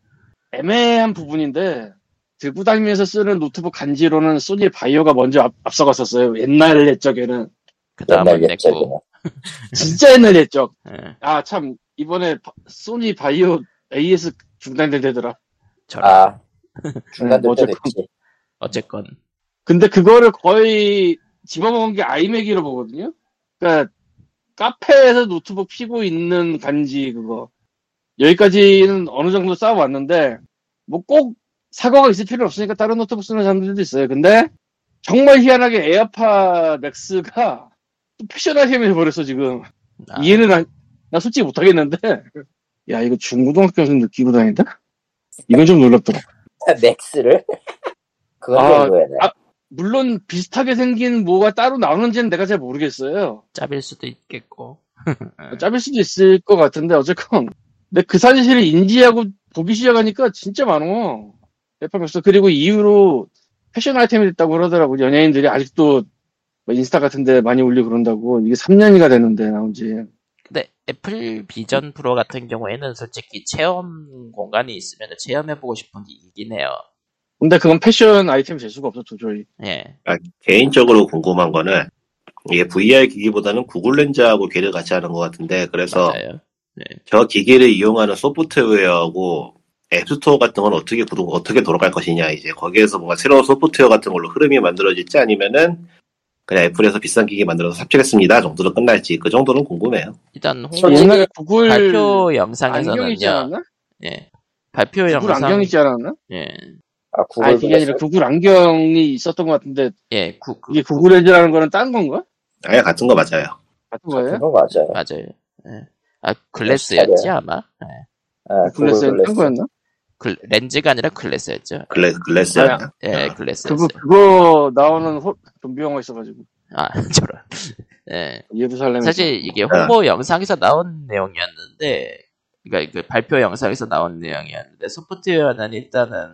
Speaker 4: 애매한 부분인데 들고 다니면서 쓰는 노트북 간지로는 소니 바이오가 먼저 앞, 앞서갔었어요. 옛날 옛적에는
Speaker 1: 그
Speaker 2: 옛날
Speaker 1: 다음은
Speaker 2: 옛적이네.
Speaker 1: 냈고
Speaker 4: 진짜 옛날 옛적.
Speaker 1: 예.
Speaker 4: 아 참 이번에 바- 소니 바이오 AS 중단된대더라.
Speaker 1: 저런
Speaker 2: 아, 중간
Speaker 4: 네,
Speaker 2: 될 때도
Speaker 4: 어쨌건.
Speaker 2: 있지.
Speaker 1: 어쨌건
Speaker 4: 근데 그거를 거의 집어먹은 게 아이맥이로 보거든요. 그러니까 카페에서 노트북 피고 있는 간지 그거 여기까지는 어느 정도 쌓아왔는데 뭐 꼭 사과가 있을 필요 없으니까 다른 노트북 쓰는 사람들도 있어요. 근데 정말 희한하게 에어팟 맥스가 또 패셔나시엠을 버렸어 지금.
Speaker 1: 아,
Speaker 4: 이해는 안- 나 솔직히 못하겠는데 야 이거 중고등학교에서 끼고 다닌다? 이건 좀 놀랍더라
Speaker 2: 맥스를? 그건
Speaker 4: 아,
Speaker 2: 좀 의외네.
Speaker 4: 아, 물론 비슷하게 생긴 뭐가 따로 나오는지는 내가 잘 모르겠어요
Speaker 1: 짭일 수도 있겠고
Speaker 4: 짭일 수도 있을 것 같은데 어쨌건 근데 그 사실을 인지하고 보기 시작하니까 진짜 많어 에파맥스 그리고 이후로 패션 아이템이 됐다고 그러더라고 연예인들이 아직도 뭐 인스타 같은데 많이 올리고 그런다고 이게 3년이가 됐는데 나온지
Speaker 1: 근데 애플 비전 프로 같은 경우에는 솔직히 체험 공간이 있으면 체험해보고 싶은 게 이긴 해요.
Speaker 4: 근데 그건 패션 아이템 될 수가 없어 도저히
Speaker 1: 예.
Speaker 3: 개인적으로 궁금한 거는 이게 VR 기기보다는 구글 렌즈하고 걔를 같이 하는 것 같은데 그래서
Speaker 1: 맞아요.
Speaker 3: 저 기기를 이용하는 소프트웨어하고 앱스토어 같은 건 어떻게 구동, 어떻게 돌아갈 것이냐 이제 거기에서 뭔가 새로운 소프트웨어 같은 걸로 흐름이 만들어질지 아니면은 그냥 애플에서 비싼 기기 만들어서 삽질했습니다 정도로 끝날지 그 정도는 궁금해요.
Speaker 1: 일단 홍보
Speaker 2: 솔직히
Speaker 4: 옛날에 구글
Speaker 1: 발표
Speaker 4: 안경 있지
Speaker 1: 영상에서는요.
Speaker 4: 않았나?
Speaker 1: 예. 발표
Speaker 4: 구글
Speaker 1: 영상
Speaker 4: 안경 있지 않았나?
Speaker 1: 예.
Speaker 2: 아,
Speaker 4: 아
Speaker 2: 구글
Speaker 4: 그게 아니라
Speaker 2: 그래서?
Speaker 4: 구글 안경이 있었던 것 같은데
Speaker 1: 예. 구, 구,
Speaker 4: 이게 구글 렌즈라는 거는 딴 건가?
Speaker 3: 아예 같은 거 맞아요.
Speaker 4: 같은 거예요?
Speaker 2: 그건 맞아요.
Speaker 1: 맞아요. 예. 아 글래스였지 아마. 예.
Speaker 2: 아, 구글
Speaker 4: 글래스는 딴
Speaker 2: 글래스.
Speaker 4: 거였나?
Speaker 1: 글- 렌즈가 아니라 글래스였죠.
Speaker 3: 글래, 글래스였나?
Speaker 1: 예,
Speaker 3: 어.
Speaker 4: 아, 그거
Speaker 1: 글래스였어요.
Speaker 4: 그거 나오는 호, 좀비 영화 있어가지고
Speaker 1: 아 저런. 예.
Speaker 4: 예루살렘에서
Speaker 1: 사실 이게 홍보 영상에서 나온 내용이었는데, 그러니까 그 발표 영상에서 나온 내용이었는데 소프트웨어는 일단은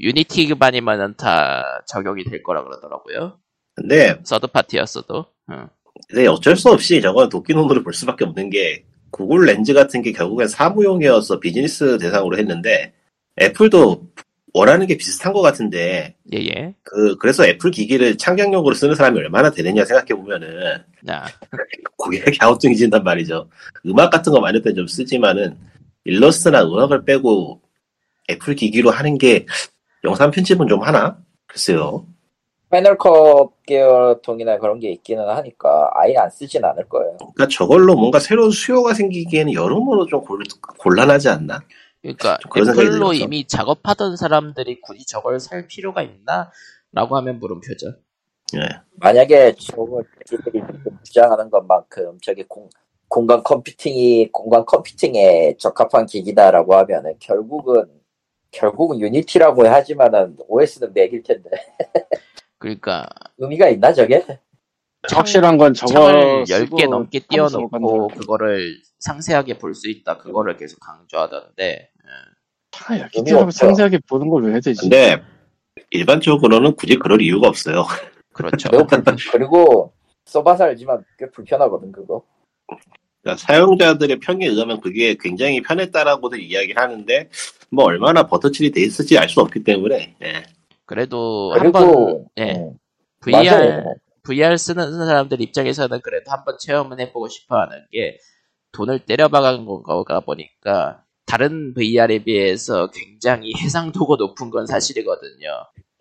Speaker 1: 유니티 기반이면은 다 적용이 될 거라 그러더라고요.
Speaker 3: 근데
Speaker 1: 서드 파티였어도. 응.
Speaker 3: 근데 어쩔 수 없이 저건 도끼눈으로 볼 수밖에 없는 게 구글 렌즈 같은 게 결국엔 사무용이어서 비즈니스 대상으로 했는데 애플도 원하는 게 비슷한 것 같은데
Speaker 1: 예, 예.
Speaker 3: 그 그래서 애플 기기를 창작용으로 쓰는 사람이 얼마나 되느냐 생각해 보면은
Speaker 1: 야,
Speaker 3: 고개 갸우뚱해진단 말이죠. 음악 같은 거 많을 때 좀 쓰지만은 일러스트나 음악을 빼고 애플 기기로 하는 게 영상 편집은 좀 하나? 글쎄요.
Speaker 2: 패널컵 계열통이나 그런 게 있기는 하니까 아예 안 쓰진 않을 거예요.
Speaker 3: 그러니까 저걸로 뭔가 새로운 수요가 생기기에는 여러모로 좀 골, 곤란하지 않나?
Speaker 1: 그러니까
Speaker 3: 좀 그런 생각이
Speaker 1: 애플로
Speaker 3: 들었어.
Speaker 1: 이미 작업하던 사람들이 굳이 저걸 살 필요가 있나? 라고 하면 물음표죠.
Speaker 2: 만약에 저거 자기들이 지금 주장하는 것만큼 저게 공, 공간 컴퓨팅이 공간 컴퓨팅에 적합한 기기다라고 하면은 결국은 결국은 유니티라고 하지만은 OS는 맥일 텐데
Speaker 1: 그러니까
Speaker 2: 의미가 있나 저게?
Speaker 4: 확실한 건 저거
Speaker 1: 창을
Speaker 4: 쓰고
Speaker 1: 10개 넘게
Speaker 4: 하면서 만들어.
Speaker 1: 띄워놓고 그거를 상세하게 볼 수 있다. 그거를 계속 강조하던데
Speaker 4: 창을 10개
Speaker 2: 의미
Speaker 4: 띄워놓고
Speaker 2: 없어.
Speaker 4: 상세하게 보는 걸 왜 해야 되지?
Speaker 3: 근데 일반적으로는 굳이 그럴 이유가 없어요.
Speaker 1: 그렇죠.
Speaker 2: 매우 불- 그리고 써봐서 알지만 꽤 불편하거든 그거.
Speaker 3: 그러니까 사용자들의 평에 의하면 그게 굉장히 편했다라고들 이야기를 하는데 뭐 얼마나 버터칠이 돼 있을지 알 수 없기 때문에 예.
Speaker 1: 그래도 한번
Speaker 2: 그리고
Speaker 1: 예,
Speaker 2: 음,
Speaker 1: VR 뭐
Speaker 2: 맞아요.
Speaker 1: VR 쓰는 사람들 입장에서는 그래도 한번 체험은 해보고 싶어하는 게 돈을 때려박은 거가 보니까 다른 VR에 비해서 굉장히 해상도가 높은 건 사실이거든요.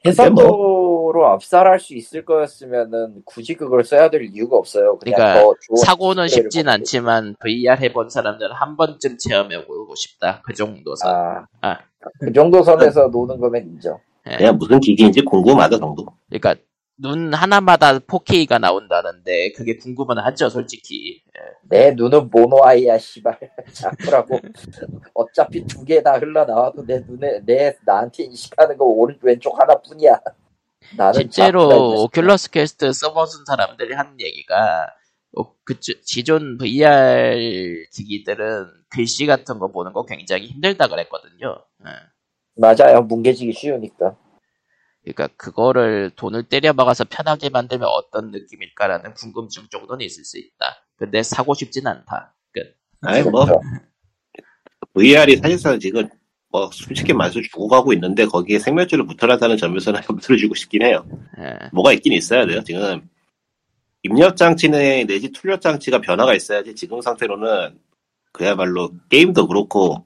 Speaker 2: 해상도로 압살할 수 있을 거였으면은 굳이 그걸 써야 될 이유가 없어요. 그냥
Speaker 1: 그러니까
Speaker 2: 더 좋은
Speaker 1: 사고는
Speaker 2: 디스플레이를
Speaker 1: 쉽진
Speaker 2: 먹고.
Speaker 1: 않지만 VR 해본 사람들은 한 번쯤 체험해보고 싶다. 그 정도 선.
Speaker 2: 아,
Speaker 1: 아.
Speaker 2: 그 정도 선에서 노는 거면 인정.
Speaker 1: 예.
Speaker 3: 그냥 무슨 기기인지 궁금하다 정도.
Speaker 1: 그러니까 눈 하나마다 4K가 나온다는데 그게 궁금은 하죠, 솔직히.
Speaker 2: 내 눈은 모노아이야, 씨발. 자꾸라고. 어차피 두 개 다 흘러나와도 내 눈에, 내, 나한테 인식하는 거 오른, 왼쪽 하나뿐이야. 나는
Speaker 1: 실제로
Speaker 2: 자꾸라, 이 자식아.
Speaker 1: 오큘러스 퀘스트 써보신 사람들이 하는 얘기가 어, 그 지- 기존 VR 기기들은 글씨 같은 거 보는 거 굉장히 힘들다 그랬거든요. 예.
Speaker 2: 맞아요. 뭉개지기 쉬우니까.
Speaker 1: 그러니까 그거를 돈을 때려박아서 편하게 만들면 어떤 느낌일까라는 궁금증 정도는 있을 수 있다. 근데 사고 싶진 않다. 끝.
Speaker 3: 아니 뭐
Speaker 2: 그렇죠.
Speaker 3: VR이 사실상 지금 뭐 솔직히 말해서 죽어가고 있는데 거기에 생멸주를 붙여놨다는 점에서는 붙들어주고 싶긴 해요.
Speaker 1: 예.
Speaker 3: 뭐가 있긴 있어야 돼요. 지금 입력 장치 내 내지 출력 장치가 변화가 있어야지 지금 상태로는 그야말로 게임도 그렇고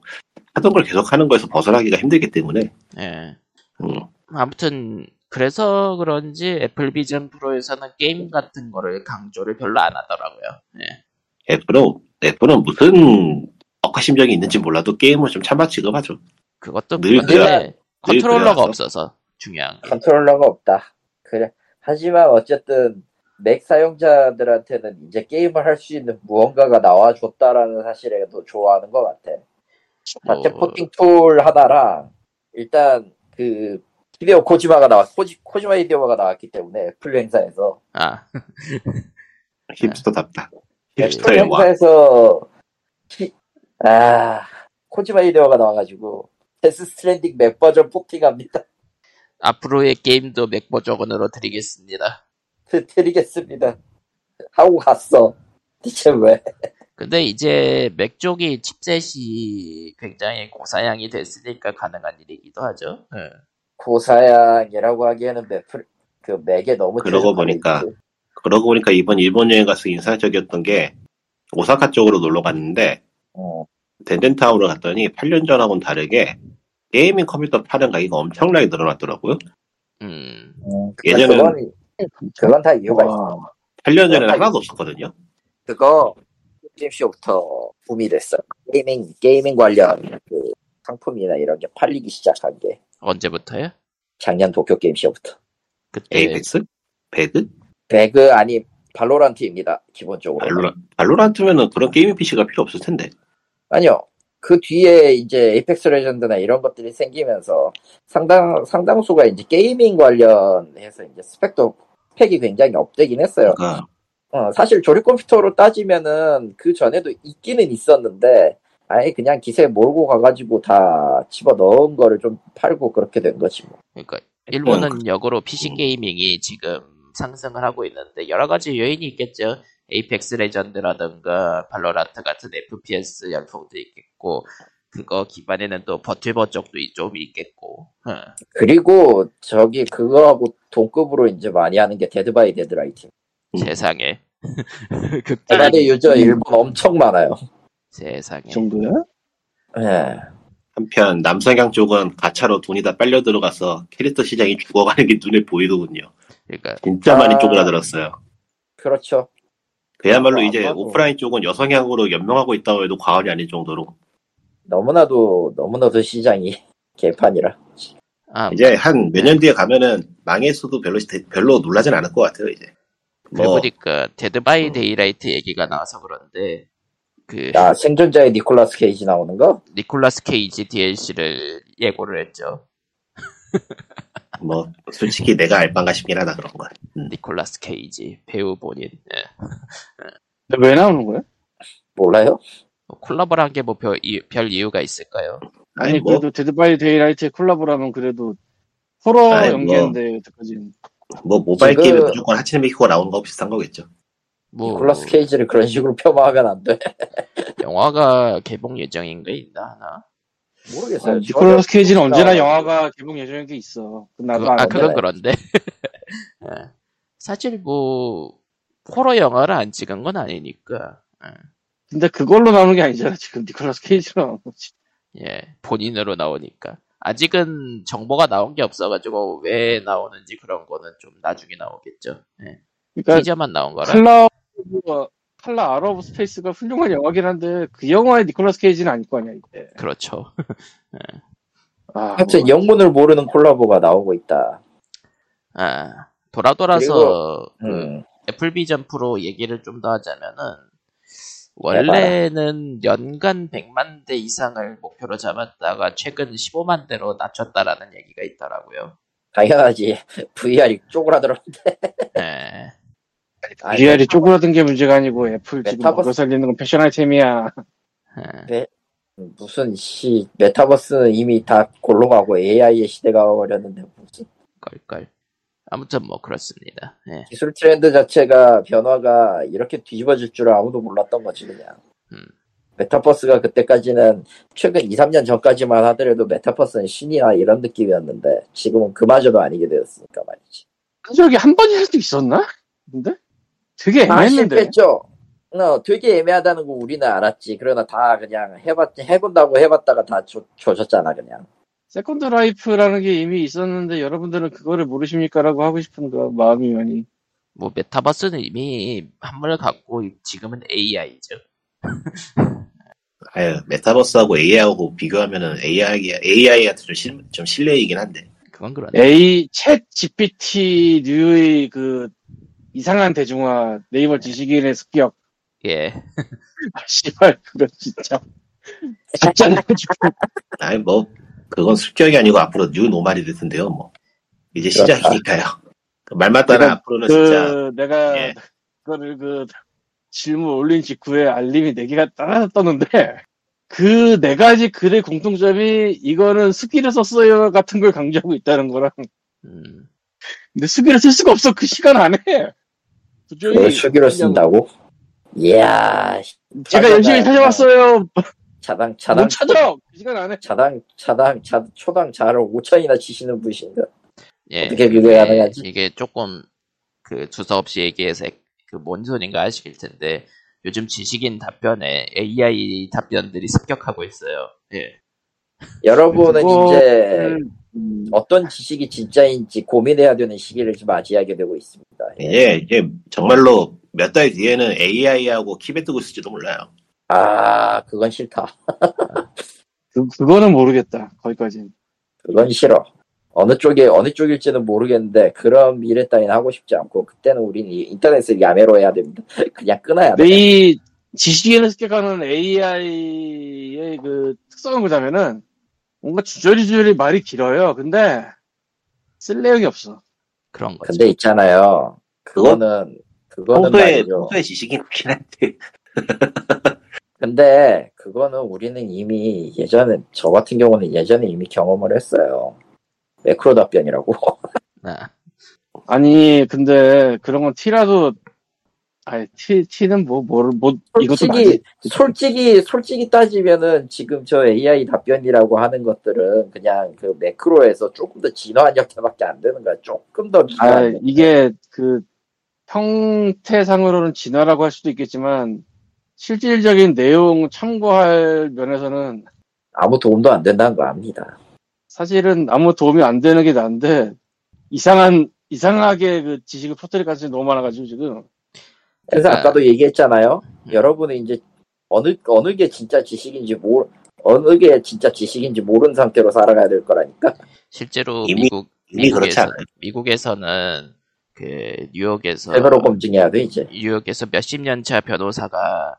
Speaker 3: 하던 걸 계속하는 거에서 벗어나기가 힘들기 때문에
Speaker 1: 예.
Speaker 3: 음.
Speaker 1: 아무튼 그래서 그런지 애플 비전 프로에서는 게임 같은 거를 강조를 별로 안 하더라고요. 예.
Speaker 3: 애플은 애플은 무슨 억하심정이 있는지 몰라도 게임을 좀 참아 취급하죠.
Speaker 1: 그것도
Speaker 3: 늘
Speaker 1: 그런데 컨트롤러가
Speaker 3: 그래왔어.
Speaker 1: 없어서 중요한 게.
Speaker 2: 컨트롤러가 없다. 그래. 하지만 어쨌든 맥 사용자들한테는 이제 게임을 할 수 있는 무언가가 나와줬다라는 사실에 더 좋아하는 것 같아. 자체
Speaker 1: 뭐,
Speaker 2: 포팅 툴 하나랑 일단 그 히데오 코지마가 나왔 코지, 코지마 히데오가 나왔기 때문에 애플 행사에서
Speaker 1: 아,
Speaker 3: 힙스터답다. 예.
Speaker 1: 네.
Speaker 2: 애플
Speaker 3: 힙스터의 왕.
Speaker 2: 행사에서 히- 아 코지마 히데오가 나와가지고 데스 스트랜딩 맥 버전 포팅합니다.
Speaker 1: 앞으로의 게임도 맥버저건으로 드리겠습니다.
Speaker 2: 드- 드리겠습니다. 하고 갔어. 대체 왜?
Speaker 1: 근데 이제 맥 쪽이 칩셋이 굉장히 고사양이 됐으니까 가능한 일이기도 하죠. 예.
Speaker 2: 고사양이라고 하기에는 맥플 그 맥에 너무
Speaker 3: 그러고
Speaker 2: 최적화돼
Speaker 3: 보니까
Speaker 2: 있지.
Speaker 3: 그러고 보니까 이번 일본 여행 가서 인상적이었던 게 오사카 쪽으로 놀러 갔는데
Speaker 2: 어,
Speaker 3: 덴덴타운을 갔더니 8년 전하고는 다르게 게이밍 컴퓨터 파는 가격이 엄청나게 늘어났더라고요.
Speaker 1: 음,
Speaker 2: 음,
Speaker 3: 예전에는-
Speaker 2: 그건, 그건 다 이유가 있어.
Speaker 3: 8년 전에는 하나도 없었거든요.
Speaker 2: 그거 게임쇼부터 붐이 됐어. 게이밍 게이밍 관련 그 상품이나 이런 게 팔리기 시작한 게
Speaker 1: 언제부터요?
Speaker 2: 작년 도쿄 게임쇼부터. 네.
Speaker 1: 그때
Speaker 3: 에이펙스? 배그?
Speaker 2: 배그 아니 발로란트입니다 기본적으로.
Speaker 3: 발로란, 발로란트면은 그런 게이밍 PC가 필요 없을
Speaker 2: 네.
Speaker 3: 텐데.
Speaker 2: 아니요. 그 뒤에 이제 에이펙스 레전드나 이런 것들이 생기면서 상당 상당수가 이제 게이밍 관련해서 이제 스펙도 스펙이 굉장히 업되긴 했어요.
Speaker 3: 그러니까
Speaker 2: 어, 사실 조립 컴퓨터로 따지면은 그 전에도 있기는 있었는데 아예 그냥 기세 몰고 가가지고 다 집어 넣은 거를 좀 팔고 그렇게 된 거지 뭐.
Speaker 1: 그러니까
Speaker 3: 어,
Speaker 1: 일본은 역으로
Speaker 3: 음.
Speaker 1: PC 게이밍이 지금 상승을 하고 있는데 여러 가지 요인이 있겠죠. 에이펙스 레전드라든가 발로란트 같은 FPS 열풍도 있겠고 그거 기반에는 또 버튜버 쪽도 좀 있겠고. 응.
Speaker 2: 그리고 저기 그거하고 동급으로 이제 많이 하는 게 데드 바이 데드라이트.
Speaker 3: 음.
Speaker 1: 세상에. 그때
Speaker 3: 네.
Speaker 2: 대단히 유저 일본 엄청 많아요.
Speaker 1: 세상에.
Speaker 4: 정도야?
Speaker 2: 예.
Speaker 3: 한편 남성향 쪽은 가차로 돈이 다 빨려 들어가서 캐릭터 시장이 죽어가는 게 눈에 보이더군요.
Speaker 1: 그러니까
Speaker 3: 진짜 많이
Speaker 2: 아.
Speaker 3: 쪼그라들었어요.
Speaker 2: 그렇죠.
Speaker 3: 그야말로
Speaker 2: 아,
Speaker 3: 이제
Speaker 2: 맞아.
Speaker 3: 오프라인 쪽은 여성향으로 연명하고 있다고 해도 과언이 아닐 정도로
Speaker 2: 너무나도 너무나도 시장이 개판이라.
Speaker 1: 아,
Speaker 3: 이제 한 몇 년 뒤에 가면은 망했어도 별로 별로 놀라진 않을 것 같아요 이제. 뭐 음.
Speaker 1: 해보니까 데드 바이 데이라이트 얘기가 나와서 그런데 그
Speaker 2: 아 생존자의 니콜라스 케이지 나오는 거?
Speaker 1: 니콜라스 케이지 DLC를 예고를 했죠.
Speaker 3: 뭐 솔직히 내가 알방가 싶긴 하다 그런 건.
Speaker 1: 니콜라스 케이지 배우 본인 예.
Speaker 4: 근데 왜 나오는 거야?
Speaker 2: 몰라요?
Speaker 1: 뭐 콜라보를 한 게 뭐 별 이유가 있을까요?
Speaker 4: 아니,
Speaker 3: 아니 뭐
Speaker 4: 그래도 데드 바이 데이라이트 콜라보라면 그래도 호러
Speaker 3: 아니,
Speaker 4: 연기인데 여태까지는
Speaker 3: 뭐 모바일
Speaker 2: 지금-
Speaker 3: 게임에 무조건 하치네미키가 나오는 거 비슷한 거겠죠.
Speaker 1: 뭐
Speaker 2: 니콜라스 케이지를 그런 식으로 폄하하면 안 돼.
Speaker 1: 영화가 개봉 예정인 게 있나 하나?
Speaker 2: 모르겠어요.
Speaker 4: 아, 니콜라스 케이지는
Speaker 2: 저는
Speaker 4: 언제나
Speaker 2: 몰라요.
Speaker 4: 영화가 개봉 예정인 게 있어. 나도
Speaker 1: 그거- 아
Speaker 4: 알아. 네.
Speaker 1: 그건 그런데 예. 사실 뭐 호러 영화를 안 찍은 건 아니니까 예.
Speaker 4: 근데 그걸로 나오는 게 아니잖아. 지금 니콜라스 케이지로 나오는 거지.
Speaker 1: 예 본인으로 나오니까 아직은 정보가 나온 게 없어가지고 왜 나오는지 그런 거는 좀 나중에 나오겠죠. 예.
Speaker 4: 그러니까
Speaker 1: 티저만 나온 거라.
Speaker 4: 칼라 칼라 아러 오브 스페이스가 훌륭한 영화긴 한데 그 영화의 니콜라스 케이지는 아닐 거 아니야 이게.
Speaker 1: 그렇죠.
Speaker 4: 아,
Speaker 2: 하여튼
Speaker 4: 뭐.
Speaker 2: 영문을 모르는 콜라보가 나오고 있다.
Speaker 1: 아, 돌아 돌아서 그
Speaker 2: 음.
Speaker 1: 애플 비전 프로 얘기를 좀 더 하자면은 원래는 연간 100만 대 이상을 목표로 잡았다가 최근 15만 대로 낮췄다라는 얘기가 있더라고요.
Speaker 2: 당연하지. VR이 쪼그라들어.
Speaker 1: 예.
Speaker 2: 아,
Speaker 4: VR이 쪼그라든 게 문제가 아니고 애플 지금
Speaker 2: 메타버스-
Speaker 4: 먹여 살리는 건 패션 아이템이야.
Speaker 1: 예.
Speaker 2: 무슨 씨 메타버스는 이미 다 골로 가고 AI의 시대가 와버렸는데 무슨
Speaker 1: 껄껄. 아무튼 뭐 그렇습니다. 예.
Speaker 2: 기술 트렌드 자체가 변화가 이렇게 뒤집어질 줄 아무도 몰랐던 거지 그냥.
Speaker 1: 음.
Speaker 2: 메타버스가 그때까지는 최근 2, 3년 전까지만 하더라도 메타버스는 신이나 이런 느낌이었는데 지금은 그마저도 아니게 되었으니까 말이지.
Speaker 4: 저기 한 번이라도 있었나? 근데 되게
Speaker 2: 다
Speaker 4: 애매했는데.
Speaker 2: 아, 실패했죠. 어, 되게 애매하다는 거 우리는 알았지. 그러나 다 그냥 해봤 해본다고 해봤다가 다 조, 조졌잖아 그냥.
Speaker 4: 세컨드 라이프라는 게 이미 있었는데 여러분들은 그거를 모르십니까라고 하고 싶은 그 마음이 많이.
Speaker 1: 뭐 메타버스는 이미 한물 갖고 지금은 AI죠.
Speaker 3: 아유, 메타버스하고 AI하고 비교하면은 AI, AI한테 좀, 실, 좀 실례이긴 한데.
Speaker 1: 그건 그런데.
Speaker 4: A 챗 GPT 류의 그 이상한 대중화 네이버 지식인의 습격.
Speaker 1: 예.
Speaker 4: 아, 씨발 그거 진짜. 진짜 내가 지금
Speaker 3: 아니, 뭐, 그건 습격이 아니고 앞으로 뉴 노말이 될 텐데요, 뭐. 이제
Speaker 2: 그렇다.
Speaker 3: 시작이니까요. 그 말만 따라
Speaker 4: 그렇죠. 그럼
Speaker 3: 앞으로는 진짜,
Speaker 4: 그 내가
Speaker 3: 예.
Speaker 4: 그거를 그 질문 올린 직후에 알림이 네 개가 따라 떴는데 그 네 가지 글의 공통점이 이거는 스킬을 썼어요 같은 걸 강조하고 있다는 거랑
Speaker 1: 음.
Speaker 4: 근데 스킬을 쓸 수가 없어 그 시간 안에 도저히
Speaker 2: 그걸 수기로
Speaker 4: 음. 그냥
Speaker 2: 쓴다고? 이야 씨,
Speaker 4: 제가 열심히
Speaker 2: 찾아놔요.
Speaker 4: 찾아봤어요
Speaker 2: 차당
Speaker 4: 못
Speaker 2: 차당
Speaker 4: 찾아 그 시간 안에
Speaker 2: 차당 차당 차, 초당 자를 5천이나 치시는 분이신가?
Speaker 1: 예,
Speaker 2: 어떻게
Speaker 1: 그게-
Speaker 2: 비교해야 하는지.
Speaker 1: 이게 조금 그 주서 없이 얘기해서 그 뭔 소린가 하실 텐데 요즘 지식인 답변에 AI 답변들이 습격하고 있어요. 예.
Speaker 2: 여러분은 이제
Speaker 4: 그거를, 뭐, 음,
Speaker 2: 어떤 지식이 진짜인지 고민해야 되는 시기를 좀 맞이하게 되고 있습니다. 예.
Speaker 3: 이제, 이게 정말로 몇 달 뒤에는 AI하고 키베 뜨고 있을지도 몰라요.
Speaker 2: 아 그건 싫다.
Speaker 4: 그, 그거는 모르겠다 거기까지
Speaker 2: 그건 싫어. 어느 쪽에 어느 쪽일지는 모르겠는데 그런 미래 따윈 하고 싶지 않고 그때는 우린 이 인터넷을 야매로 해야 됩니다. 그냥 끊어야
Speaker 3: 네.
Speaker 2: 돼.
Speaker 4: 근데 이 지식인을 습격하는 AI의 그 특성을 보자면은 뭔가 주저리주저리 말이 길어요. 근데 쓸 내용이 없어.
Speaker 1: 그런 거죠.
Speaker 2: 근데 있잖아요. 그거는 그거는
Speaker 3: 평소에,
Speaker 2: 말이죠.
Speaker 3: 평소에 지식인 그긴 한데.
Speaker 2: 근데 그거는 우리는 이미 예전에 저 같은 경우는 예전에 이미 경험을 했어요. 매크로 답변이라고.
Speaker 1: 아,
Speaker 4: 아니 근데 그런 건 티라도 아니 티 티는 뭐 뭐를 뭐 이것도
Speaker 2: 솔직히
Speaker 4: 맞지.
Speaker 2: 솔직히 솔직히 따지면은 지금 저 AI 답변이라고 하는 것들은 그냥 그 매크로에서 조금 더 진화한 형태밖에 안 되는 거야. 조금 더
Speaker 4: 아
Speaker 2: 진화한 형태.
Speaker 4: 이게 그 형태상으로는 진화라고 할 수도 있겠지만 실질적인 내용 참고할 면에서는
Speaker 2: 아무 도움도 안 된다는 거 압니다.
Speaker 4: 사실은 아무 도움이 안 되는 게 나은데 이상한 이상하게 그 지식을 퍼뜨릴 가능성이 너무 많아가지고 지금
Speaker 2: 그래서
Speaker 1: 그러니까-
Speaker 2: 아까도 얘기했잖아요.
Speaker 1: 음.
Speaker 2: 여러분은 이제 어느 어느 게 진짜 지식인지 모 어느 게 진짜 지식인지 모르는 상태로 살아가야 될 거라니까.
Speaker 1: 실제로
Speaker 3: 이미-
Speaker 1: 미국
Speaker 2: 예,
Speaker 3: 이미 그렇지
Speaker 1: 미국에서
Speaker 3: 않아요.
Speaker 1: 미국에서는 그 뉴욕에서
Speaker 2: 제대로 검증해야 돼 이제.
Speaker 1: 뉴욕에서 몇십 년 차 변호사가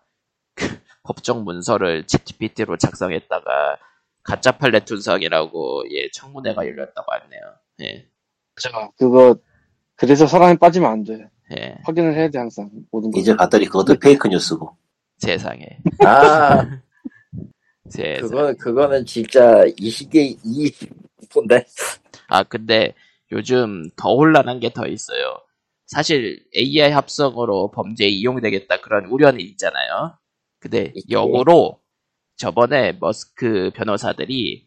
Speaker 1: 그 법정 문서를 챗GPT로 작성했다가 가짜 판례 tun성이라고 예 청문회가 열렸다고 하네요. 예,
Speaker 4: 그죠. 그거 그래서 사람이 빠지면 안 돼.
Speaker 1: 예,
Speaker 4: 확인을 해야 돼 항상 모든 거.
Speaker 3: 이제 봤더니 그것도 페이크 뉴스고.
Speaker 1: 세상에,
Speaker 2: 아
Speaker 1: 세상.
Speaker 2: 그거 그거는 진짜 이 시기 이 분데.
Speaker 1: 아, 근데 요즘 더 혼란한 게 더 있어요. 사실 AI 합성으로 범죄에 이용되겠다 그런 우려는 있잖아요. 근데
Speaker 2: 있지.
Speaker 1: 역으로 저번에 머스크 변호사들이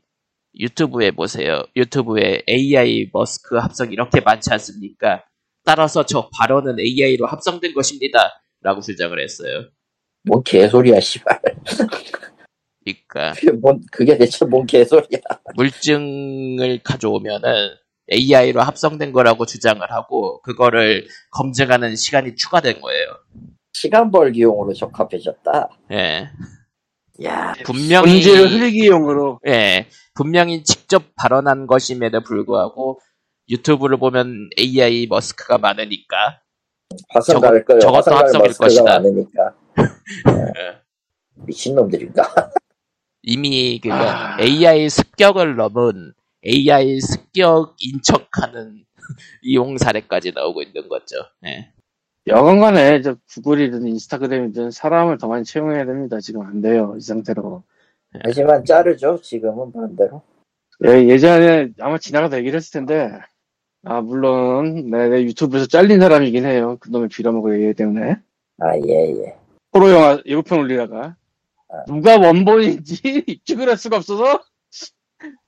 Speaker 1: 유튜브에 보세요. 유튜브에 AI 머스크 합성 이렇게 많지 않습니까? 따라서 저 발언은 AI로 합성된 것입니다. 라고 주장을 했어요.
Speaker 2: 뭔 개소리야 씨발.
Speaker 1: 그러니까
Speaker 2: 그게 뭔 그게 대체 뭔 개소리야.
Speaker 1: 물증을 가져오면은 AI로 합성된 거라고 주장을 하고 그거를 검증하는 시간이 추가된 거예요.
Speaker 2: 시간 벌기용으로 적합해졌다.
Speaker 1: 예.
Speaker 2: 야
Speaker 1: 분명히
Speaker 4: 문제를 흘리기용으로
Speaker 1: 예. 분명히 직접 발언한 것임에도 불구하고 유튜브를 보면 AI 머스크가 많으니까
Speaker 2: 화성
Speaker 1: 저거-
Speaker 2: 갈 거예요.
Speaker 1: 저것도
Speaker 2: 화성 갈
Speaker 1: 합성일
Speaker 2: 머스크가
Speaker 1: 것이다.
Speaker 2: 많으니까
Speaker 1: 예.
Speaker 2: 미친 놈들인가.
Speaker 1: 이미 그니까
Speaker 4: 아.
Speaker 1: AI 습격을 넘은 AI 습격인 척하는 이용 사례까지 나오고 있는 거죠. 예.
Speaker 4: 여건간에 저 구글이든 인스타그램이든 사람을 더 많이 채용해야 됩니다. 지금 안 돼요 이 상태로.
Speaker 2: 하지만 자르죠 지금은 반대로.
Speaker 4: 예, 예전에 아마 지나가다 얘기를 했을 텐데, 아, 물론, 내, 내 유튜브에서 잘린 사람이긴 해요. 그놈의 빌어먹을 얘기 때문에.
Speaker 2: 아 예 예.
Speaker 4: 호러 영화 예고편 올리다가. 누가 원본인지 입증을 할 수가 없어서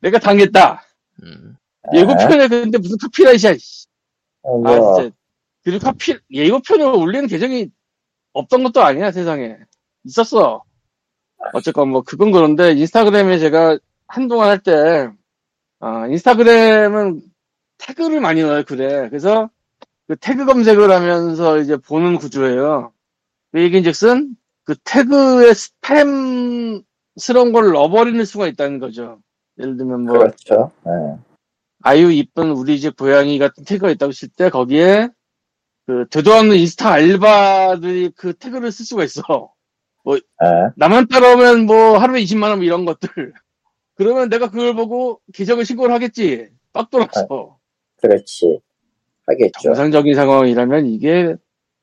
Speaker 4: 내가 당했다.
Speaker 1: 음.
Speaker 4: 예고편에 근데 무슨 카피라이시야. 씨.
Speaker 2: 어,
Speaker 4: 아,
Speaker 2: 뭐,
Speaker 4: 진짜. 그리고 카피, 예고편을 올리는 계정이 없던 것도 아니야, 세상에. 있었어. 어쨌건 뭐, 그건 그런데, 인스타그램에 제가 한동안 할 때, 아, 인스타그램은 태그를 많이 넣어요, 그래. 그래서, 그 태그 검색을 하면서 이제 보는 구조예요. 얘기인 즉슨, 그 태그에 스팸스러운 걸 넣어버리는 수가 있다는 거죠. 예를 들면 뭐,
Speaker 2: 그렇죠. 예.
Speaker 4: 아유 이쁜 우리 집 고양이 같은 태그가 있다고 칠 때 거기에 그 되도 않는 인스타 알바들이 그 태그를 쓸 수가 있어.
Speaker 2: 예.
Speaker 4: 나만 따라오면 뭐 하루에 20만 원 이런 것들. 그러면 내가 그걸 보고 계정을 신고를 하겠지. 빡 돌아서.
Speaker 2: 그렇지. 하겠죠.
Speaker 4: 정상적인 상황이라면 이게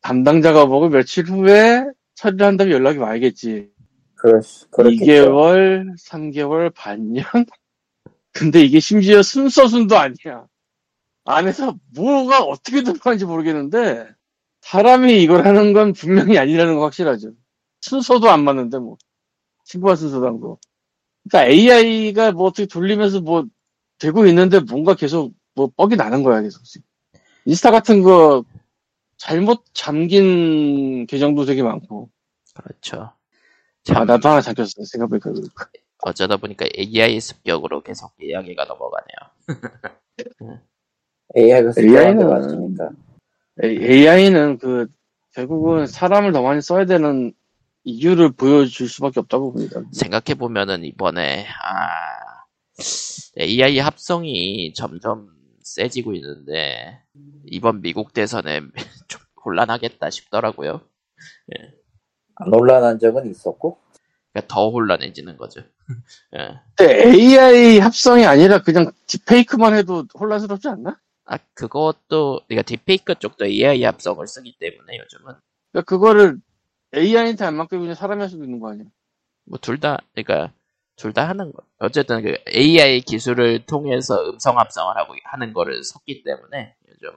Speaker 4: 담당자가 보고 며칠 후에 처리를 한다면 연락이 와야겠지.
Speaker 2: 그럴 수,
Speaker 4: 뭐
Speaker 2: 그렇겠죠.
Speaker 4: 2개월, 3개월, 반년? 근데 이게 심지어 순서순도 아니야. 안에서 뭐가 어떻게 들어가는지 모르겠는데, 사람이 이걸 하는 건 분명히 아니라는 거 확실하죠. 순서도 안 맞는데, 뭐. 친구와 순서도 안 거. 그러니까 AI가 뭐 어떻게 돌리면서 뭐 되고 있는데 뭔가 계속 뭐 뻑이 나는 거야, 계속. 지금. 인스타 같은 거 잘못 잠긴 계정도 되게 많고.
Speaker 1: 그렇죠.
Speaker 4: 아,
Speaker 1: 참
Speaker 4: 나도 하나 잠겼어, 생각해보니까.
Speaker 1: 어쩌다 보니까 AI 습격으로 계속 이야기가 넘어가네요.
Speaker 2: AI가
Speaker 4: AI 는-
Speaker 2: 습관으로 왔으니까.
Speaker 4: AI는 그 결국은 사람을 더 많이 써야 되는 이유를 보여줄 수밖에 없다고 봅니다.
Speaker 1: 생각해 보면은 이번에 아 AI 합성이 점점 세지고 있는데 이번 미국 대선에 좀 혼란하겠다 싶더라고요.
Speaker 2: 아, 논란한 적은 있었고.
Speaker 1: 그러니까 더 혼란해지는 거죠. 예.
Speaker 4: 근데 AI 합성이 아니라 그냥 딥페이크만 해도 혼란스럽지 않나?
Speaker 1: 아 그것도 그러니까 딥페이크 쪽도 AI 합성을 쓰기 때문에 요즘은
Speaker 4: 그러니까 그거를 AI한테 안 맡기고 그냥 사람이 할 수도 있는 거 아니야?
Speaker 1: 뭐 둘 다, 그러니까 둘 다 하는 거. 어쨌든 그 AI 기술을 통해서 음성 합성을 하고 하는 거를 섞기 때문에 요즘은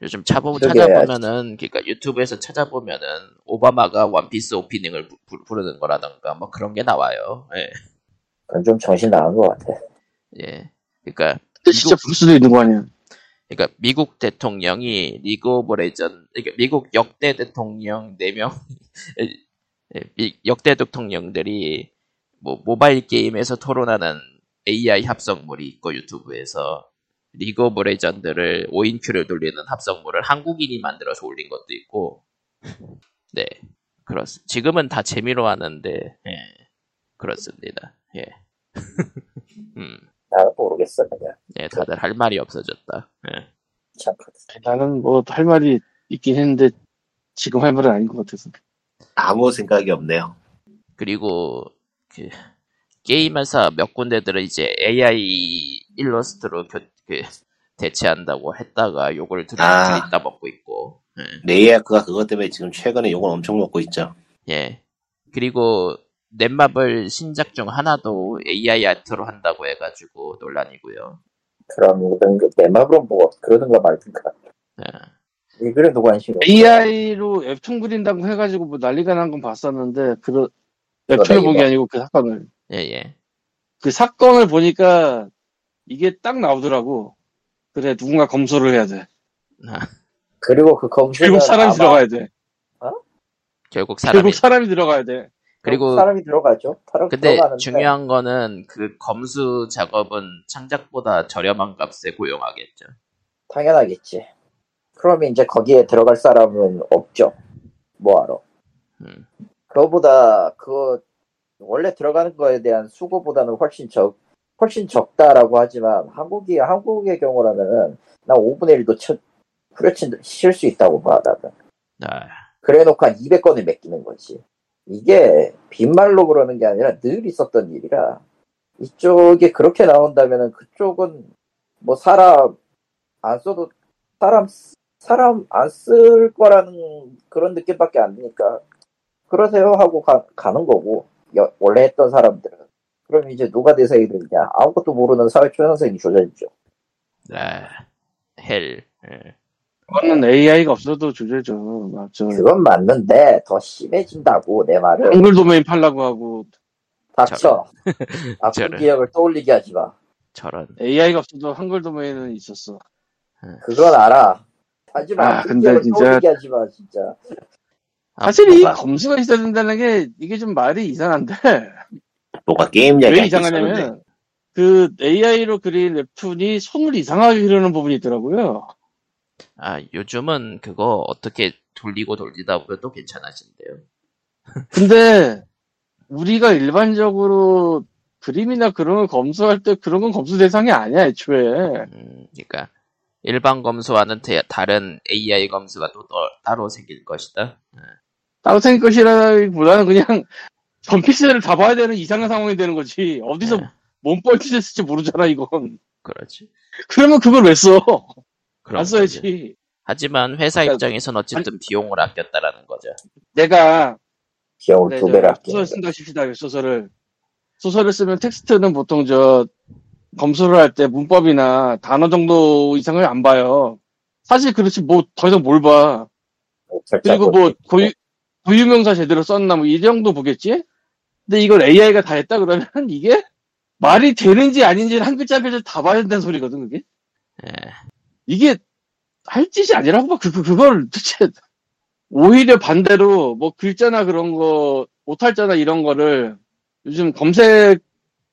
Speaker 1: 요즘 차보,
Speaker 2: 그게
Speaker 1: 찾아보면은 그러니까 유튜브에서 찾아보면은 오바마가 원피스 오피닝을 부, 부- 부르는 거라던가 뭐 그런 게 나와요. 예.
Speaker 2: 그건 좀 정신 나간 것 같아.
Speaker 1: 예. 그러니까
Speaker 4: 근데 진짜 부를 수도 있는 거 아니야?
Speaker 1: 그러니까 미국 대통령이 리그 오브 레전 그러니까 미국 역대 대통령 4명 예, 역대 대통령들이 뭐 모바일 게임에서 토론하는 AI 합성물이 있고 유튜브에서 리그 오브 레전드를 5인 큐를 돌리는 합성물을 한국인이 만들어서 올린 것도 있고 네 그렇습 지금은 다 재미로 하는데 예 그렇습니다 예 음,
Speaker 2: 나도 모르겠어 그냥.
Speaker 1: 예, 다들 할 말이 없어졌다 예.
Speaker 2: 참
Speaker 4: 나는 뭐 할 말이 있긴 했는데 지금 할 말은 아닌 것 같아서.
Speaker 3: 아무 생각이 없네요.
Speaker 1: 그리고 그 게임 회사 몇 군데들은 이제 AI 일러스트로 교- 그 대체한다고 했다가 요걸 들이
Speaker 3: 아.
Speaker 1: 들이다 먹고 있고 예.
Speaker 3: 레이아크가 그것 때문에 지금 최근에 욕을 엄청 먹고 있죠.
Speaker 1: 예. 그리고 넷마블 신작 중 하나도 AI 아트로 한다고 해가지고 논란이고요
Speaker 2: 그럼 내 마음으로 뭐 그러는가 말든가.
Speaker 1: 예.
Speaker 2: 이 그래도 관심이 없어.
Speaker 4: AI로 웹툰 그린다고 해가지고 뭐 난리가 난 건 봤었는데 그
Speaker 2: 그러네,
Speaker 4: 웹툰을 보기
Speaker 2: 이거.
Speaker 4: 아니고 그 사건을
Speaker 1: 예, 예.
Speaker 4: 그 사건을 보니까 이게 딱 나오더라고. 그래 누군가 검소를 해야 돼.
Speaker 1: 아,
Speaker 2: 그리고 그 검수는
Speaker 4: 결국 사람이
Speaker 2: 아마
Speaker 4: 들어가야 돼.
Speaker 1: 결국 사람이
Speaker 4: 결국 사람이 들어가야 돼.
Speaker 1: 그리고
Speaker 2: 사람이 들어가죠. 사람
Speaker 1: 근데
Speaker 2: 들어가는데
Speaker 1: 중요한 거는 그 검수 작업은 창작보다 저렴한 값에 고용하겠죠.
Speaker 2: 당연하겠지. 그러면 이제 거기에 들어갈 사람은 없죠. 뭐하러?
Speaker 1: 음.
Speaker 2: 그거보다 그 원래 들어가는 거에 대한 수고보다는 훨씬 적 훨씬 적다라고 하지만 한국이 한국의 경우라면은 나 5분의 1도 쳐, 후려친 쉴 수 있다고 봐 나는.
Speaker 1: 아,
Speaker 2: 그래놓고 한 200건을 맡기는 거지. 이게 빈말로 그러는 게 아니라 늘 있었던 일이라 이쪽에 그렇게 나온다면은 그쪽은 뭐 사람 안 써도 사람 쓰- 사람 안 쓸 거라는 그런 느낌밖에 안 드니까 그러세요 하고 가, 가는 거고 여- 원래 했던 사람들은 그럼 이제 누가 대상이 되냐 아무것도 모르는 사회 초년생이 조절이죠.
Speaker 1: 아, 헬. 예.
Speaker 4: 그거는 AI가 없어도 조절죠. 맞죠.
Speaker 2: 그건 맞는데 더 심해진다고 내 말은
Speaker 4: 한글 도메인 팔라고 하고
Speaker 2: 닥쳐 아픈
Speaker 1: 저런.
Speaker 2: 기억을 떠올리게 하지 마.
Speaker 1: 저런.
Speaker 4: AI가 없어도 한글 도메인은 있었어.
Speaker 2: 그건 알아. 하지만
Speaker 4: 아,
Speaker 2: 아,
Speaker 4: 근데
Speaker 2: 근데
Speaker 4: 진짜-
Speaker 2: 진짜 하지 마 진짜.
Speaker 4: 사실 이
Speaker 3: 뭐가?
Speaker 4: 검수가 있어야 된다는 게 이게 좀 말이 이상한데
Speaker 3: 뭐가 게임
Speaker 4: 왜
Speaker 3: 얘기할 게 있었는데.
Speaker 4: 이상하냐면 그 AI로 그린 웹툰이 손을 이상하게 흐르는 부분이 있더라고요.
Speaker 1: 아, 요즘은 그거 어떻게 돌리고 돌리다 보면 또 괜찮아진대요.
Speaker 4: 근데 우리가 일반적으로 그림이나 그런 걸 검수할 때 그런 건 검수 대상이 아니야 애초에.
Speaker 1: 음, 그러니까 일반 검수와는 대- 다른 AI 검수가 또 떠- 따로 생길 것이다.
Speaker 4: 따로 생길 것이라기보다는 그냥 전 픽셀을 다 봐야 되는 이상한 상황이 되는 거지. 어디서
Speaker 1: 예,
Speaker 4: 뭔 뻘짓을 쓸지 모르잖아 이건.
Speaker 1: 그렇지.
Speaker 4: 그러면 그걸 왜 써?
Speaker 1: 그런
Speaker 4: 안
Speaker 1: 거지.
Speaker 4: 써야지.
Speaker 1: 하지만 회사
Speaker 4: 그러니까-
Speaker 1: 입장에선 어쨌든 비용을 아꼈다라는 거죠.
Speaker 4: 내가
Speaker 2: 기억을
Speaker 4: 네,
Speaker 2: 두
Speaker 4: 저
Speaker 2: 배를 아끼는
Speaker 4: 소설
Speaker 2: 거.
Speaker 4: 쓴다 싶시다 소설을 소설을 쓰면 텍스트는 보통 저 검수를 할 때 문법이나 단어 정도 이상을 안 봐요. 사실 그렇지 뭐 더 이상 뭘 봐.
Speaker 2: 네,
Speaker 4: 그리고
Speaker 1: 어.
Speaker 4: 뭐 고유 고유명사 제대로 썼나 뭐 이 정도 보겠지. 근데 이걸 AI가 다 했다 그러면 이게 말이 되는지 아닌지를 한 글자 한 글자 다 봐야 된다는 소리거든 그게.
Speaker 1: 예,
Speaker 4: 이게 할 짓이 아니라고 막 그, 그- 그걸 도대체 오히려 반대로 뭐 글자나 그런 거 오탈자나 이런 거를 요즘 검색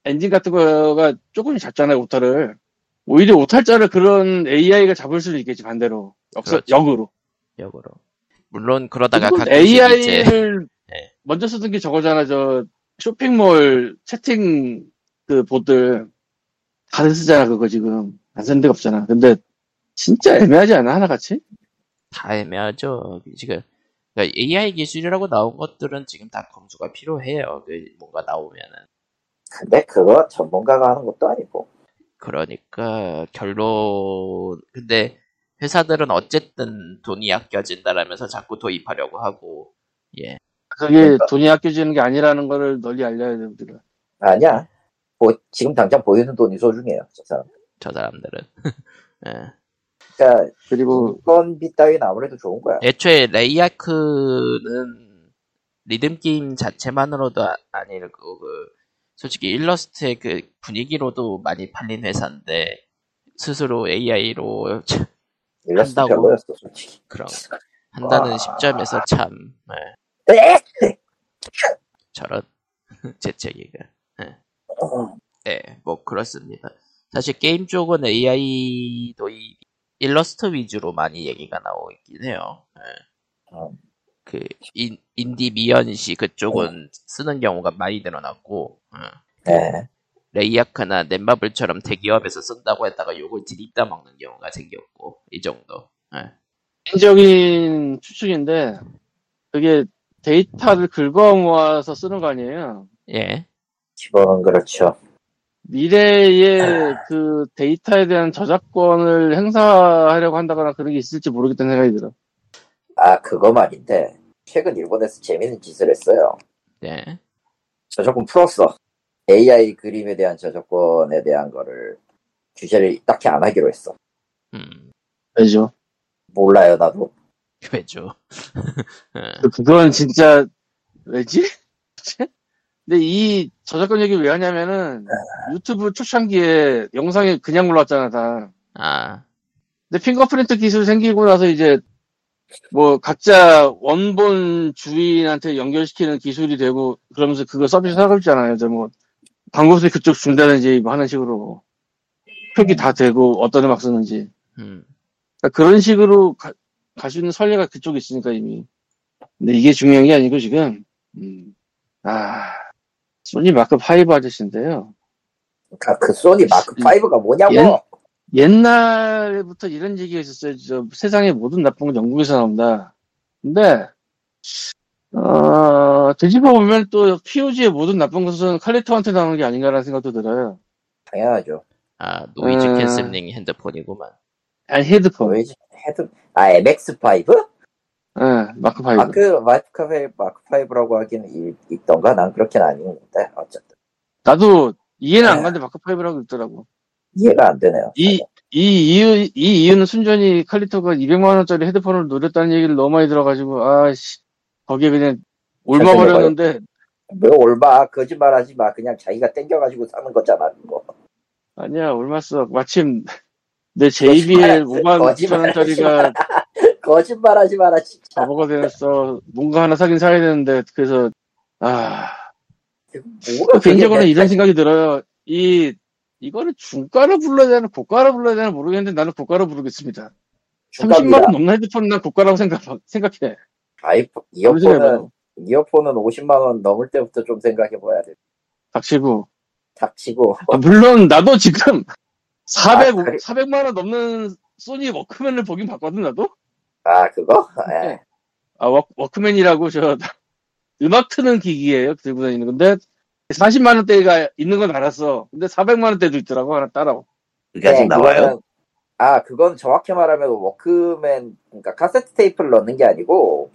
Speaker 4: 엔진 같은 거가 조금 잡잖아요 오탈을 오히려 오탈자를 그런 AI가 잡을 수도 있겠지 반대로 역서,
Speaker 1: 그렇죠.
Speaker 4: 역으로
Speaker 1: 역으로. 물론 그러다가
Speaker 4: 물론
Speaker 1: 가끔씩 이제
Speaker 4: AI를
Speaker 1: 네.
Speaker 4: 먼저 쓰던 게 저거잖아 저 쇼핑몰 채팅 그 보들 다들 쓰잖아 그거 지금 안 쓰는 데가 없잖아 근데 진짜 애매하지 않아 하나같이?
Speaker 1: 다 애매하죠. 지금 그러니까 AI 기술이라고 나온 것들은 지금 다 검수가 필요해요. 그 뭔가 나오면은.
Speaker 2: 근데 그거 전문가가 하는 것도 아니고
Speaker 1: 그러니까 결론 근데 회사들은 어쨌든 돈이 아껴진다라면서 자꾸 도입하려고 하고
Speaker 4: 그게
Speaker 2: 그러니까.
Speaker 4: 돈이 아껴지는 게 아니라는 거를 널리 알려야 돼 우리가.
Speaker 2: 아니야. 뭐 지금 당장 보이는 돈이 소중해요. 저 사람.
Speaker 1: 저 사람들은. 예.
Speaker 2: 그러니까
Speaker 4: 그리고
Speaker 2: 인건비 따위는 아무래도 좋은 거야.
Speaker 4: 네,
Speaker 1: 애초에 레이아크는 리듬 게임 자체만으로도 아- 아니고 그 솔직히 일러스트의 그 분위기로도 많이 팔린 회사인데 스스로 AI로
Speaker 2: 일러스트
Speaker 1: 한다고.
Speaker 2: 별로였어 솔직히.
Speaker 1: 그런 한다는
Speaker 2: 와.
Speaker 1: 시점에서 참 예,
Speaker 2: 에?
Speaker 1: 저런 재채기가 예, 뭐 그렇습니다. 사실 게임 쪽은 AI도 이 일러스트 위주로 많이 얘기가 나오고 있긴 해요. 예.
Speaker 2: 음.
Speaker 1: 그 인, 인디 미연시 그쪽은 쓰는 경우가 많이 늘어났고 예.
Speaker 2: 네.
Speaker 1: 레이아크나 넷마블처럼 대기업에서 쓴다고 했다가 욕을 들이다 먹는 경우가 생겼고 이 정도. 예.
Speaker 4: 개인적인 추측인데 그게 데이터를 긁어 모아서 쓰는 거 아니에요.
Speaker 1: 예.
Speaker 2: 지금은 그렇죠.
Speaker 4: 미래의 그 데이터에 대한 저작권을 행사하려고 한다거나 그런 게 있을지 모르겠다는 생각이 들어.
Speaker 2: 아 그거 말인데 최근 일본에서 재밌는 짓을 했어요.
Speaker 1: 네.
Speaker 2: 저작권 풀었어. AI 그림에 대한 저작권에 대한 거를 규제를 딱히 안 하기로 했어.
Speaker 1: 음.
Speaker 4: 왜죠?
Speaker 2: 몰라요 나도.
Speaker 1: 왜죠? 예.
Speaker 4: 그- 그건 진짜 왜지? 도대체? 근데 이 저작권 얘기 왜 하냐면은 유튜브 초창기에 영상이 그냥 올라왔잖아 다.
Speaker 1: 아.
Speaker 4: 근데 핑거프린트 기술 생기고 나서 이제 뭐 각자 원본 주인한테 연결시키는 기술이 되고 그러면서 그거 서비스 하고 있잖아요. 이제 뭐 광고수 그쪽 준다든지 뭐 하는 식으로 표기 다 되고 어떤 음악 쓰는지
Speaker 1: 음.
Speaker 4: 그런 식으로 갈 수 있는 선례가 그쪽에 있으니까 이미. 근데 이게 중요한 게 아니고 지금 음, 아 소니 마크 5 아저씨인데요.
Speaker 2: 아, 그 소니 마크 5가 뭐냐고.
Speaker 4: 음. 예? 옛날부터 이런 얘기가 있었어요. 저 세상의 모든 나쁜 건 영국에서 나온다. 근데, 어, 뒤집어 보면 또 POG의 모든 나쁜 것은 칼리터한테 나오는 게 아닌가라는 생각도 들어요.
Speaker 2: 당연하죠.
Speaker 1: 아 노이즈
Speaker 4: 음.
Speaker 1: 캔슬링 핸드폰이구만.
Speaker 4: 아니, 헤드폰.
Speaker 2: 노이즈 헤드 아 MX 5?
Speaker 4: 예, 마크 파이브.
Speaker 2: 마크 마크 5 마크 5라고 하기는 이- 있던가 난 그렇게는 아닌데 어쨌든
Speaker 4: 나도 이해는 안 가는데 마크 파이브라고 있더라고.
Speaker 2: 이해가 안 되네요.
Speaker 4: 이, 이 이유, 이 이유는 순전히 칼리터가 200만원짜리 헤드폰을 노렸다는 얘기를 너무 많이 들어가지고, 아씨, 거기에 그냥
Speaker 2: 아, 네.
Speaker 4: 올마버렸는데,
Speaker 2: 왜뭐 올바 거짓말하지 마 그냥 자기가 땡겨가지고 사는 거잖아 그거.
Speaker 4: 아니야, 얼마 써. 마침 내 JBL
Speaker 2: 거짓말,
Speaker 4: 5만 9천
Speaker 2: 거짓말.
Speaker 4: 원짜리가
Speaker 2: 거짓말하지 마라 진짜.
Speaker 4: 바보가 되었어. 뭔가 하나 사긴 사야 되는데 그래서 아
Speaker 2: 뭐가 어, 그게
Speaker 4: 개인적으로
Speaker 2: 내-
Speaker 4: 이런 생각이 들어요. 이 이거를 중가로 불러야 되나 고가로 불러야 되나 모르겠는데 나는 고가로 부르겠습니다.
Speaker 2: 중갑이라.
Speaker 4: 30만 원 넘는 헤드폰은 난 고가라고 생각 생각해. 뭐,
Speaker 2: 아이폰
Speaker 4: 아무리
Speaker 2: 이어폰은
Speaker 4: 생각해봐도
Speaker 2: 이어폰은 50만 원 넘을 때부터 좀 생각해 봐야 돼.
Speaker 4: 닥치고
Speaker 2: 닥치고
Speaker 4: 아, 물론 나도 지금 400
Speaker 2: 그래.
Speaker 4: 400만 원 넘는 소니 워크맨을 보긴 봤거든 나도.
Speaker 2: 아 그거? 예.
Speaker 4: 네. 아, 워크, 워크맨이라고 저 음악 트는 기기예요. 들고 다니는 건데 40만 원대가 있는 건 알았어. 근데 400만 원대도 있더라고 하나 따로.
Speaker 3: 그게 아직
Speaker 2: 네,
Speaker 3: 나와요?
Speaker 2: 그거는- 아, 그건 정확히 말하면 워크맨, 그러니까 카세트 테이프를 넣는 게 아니고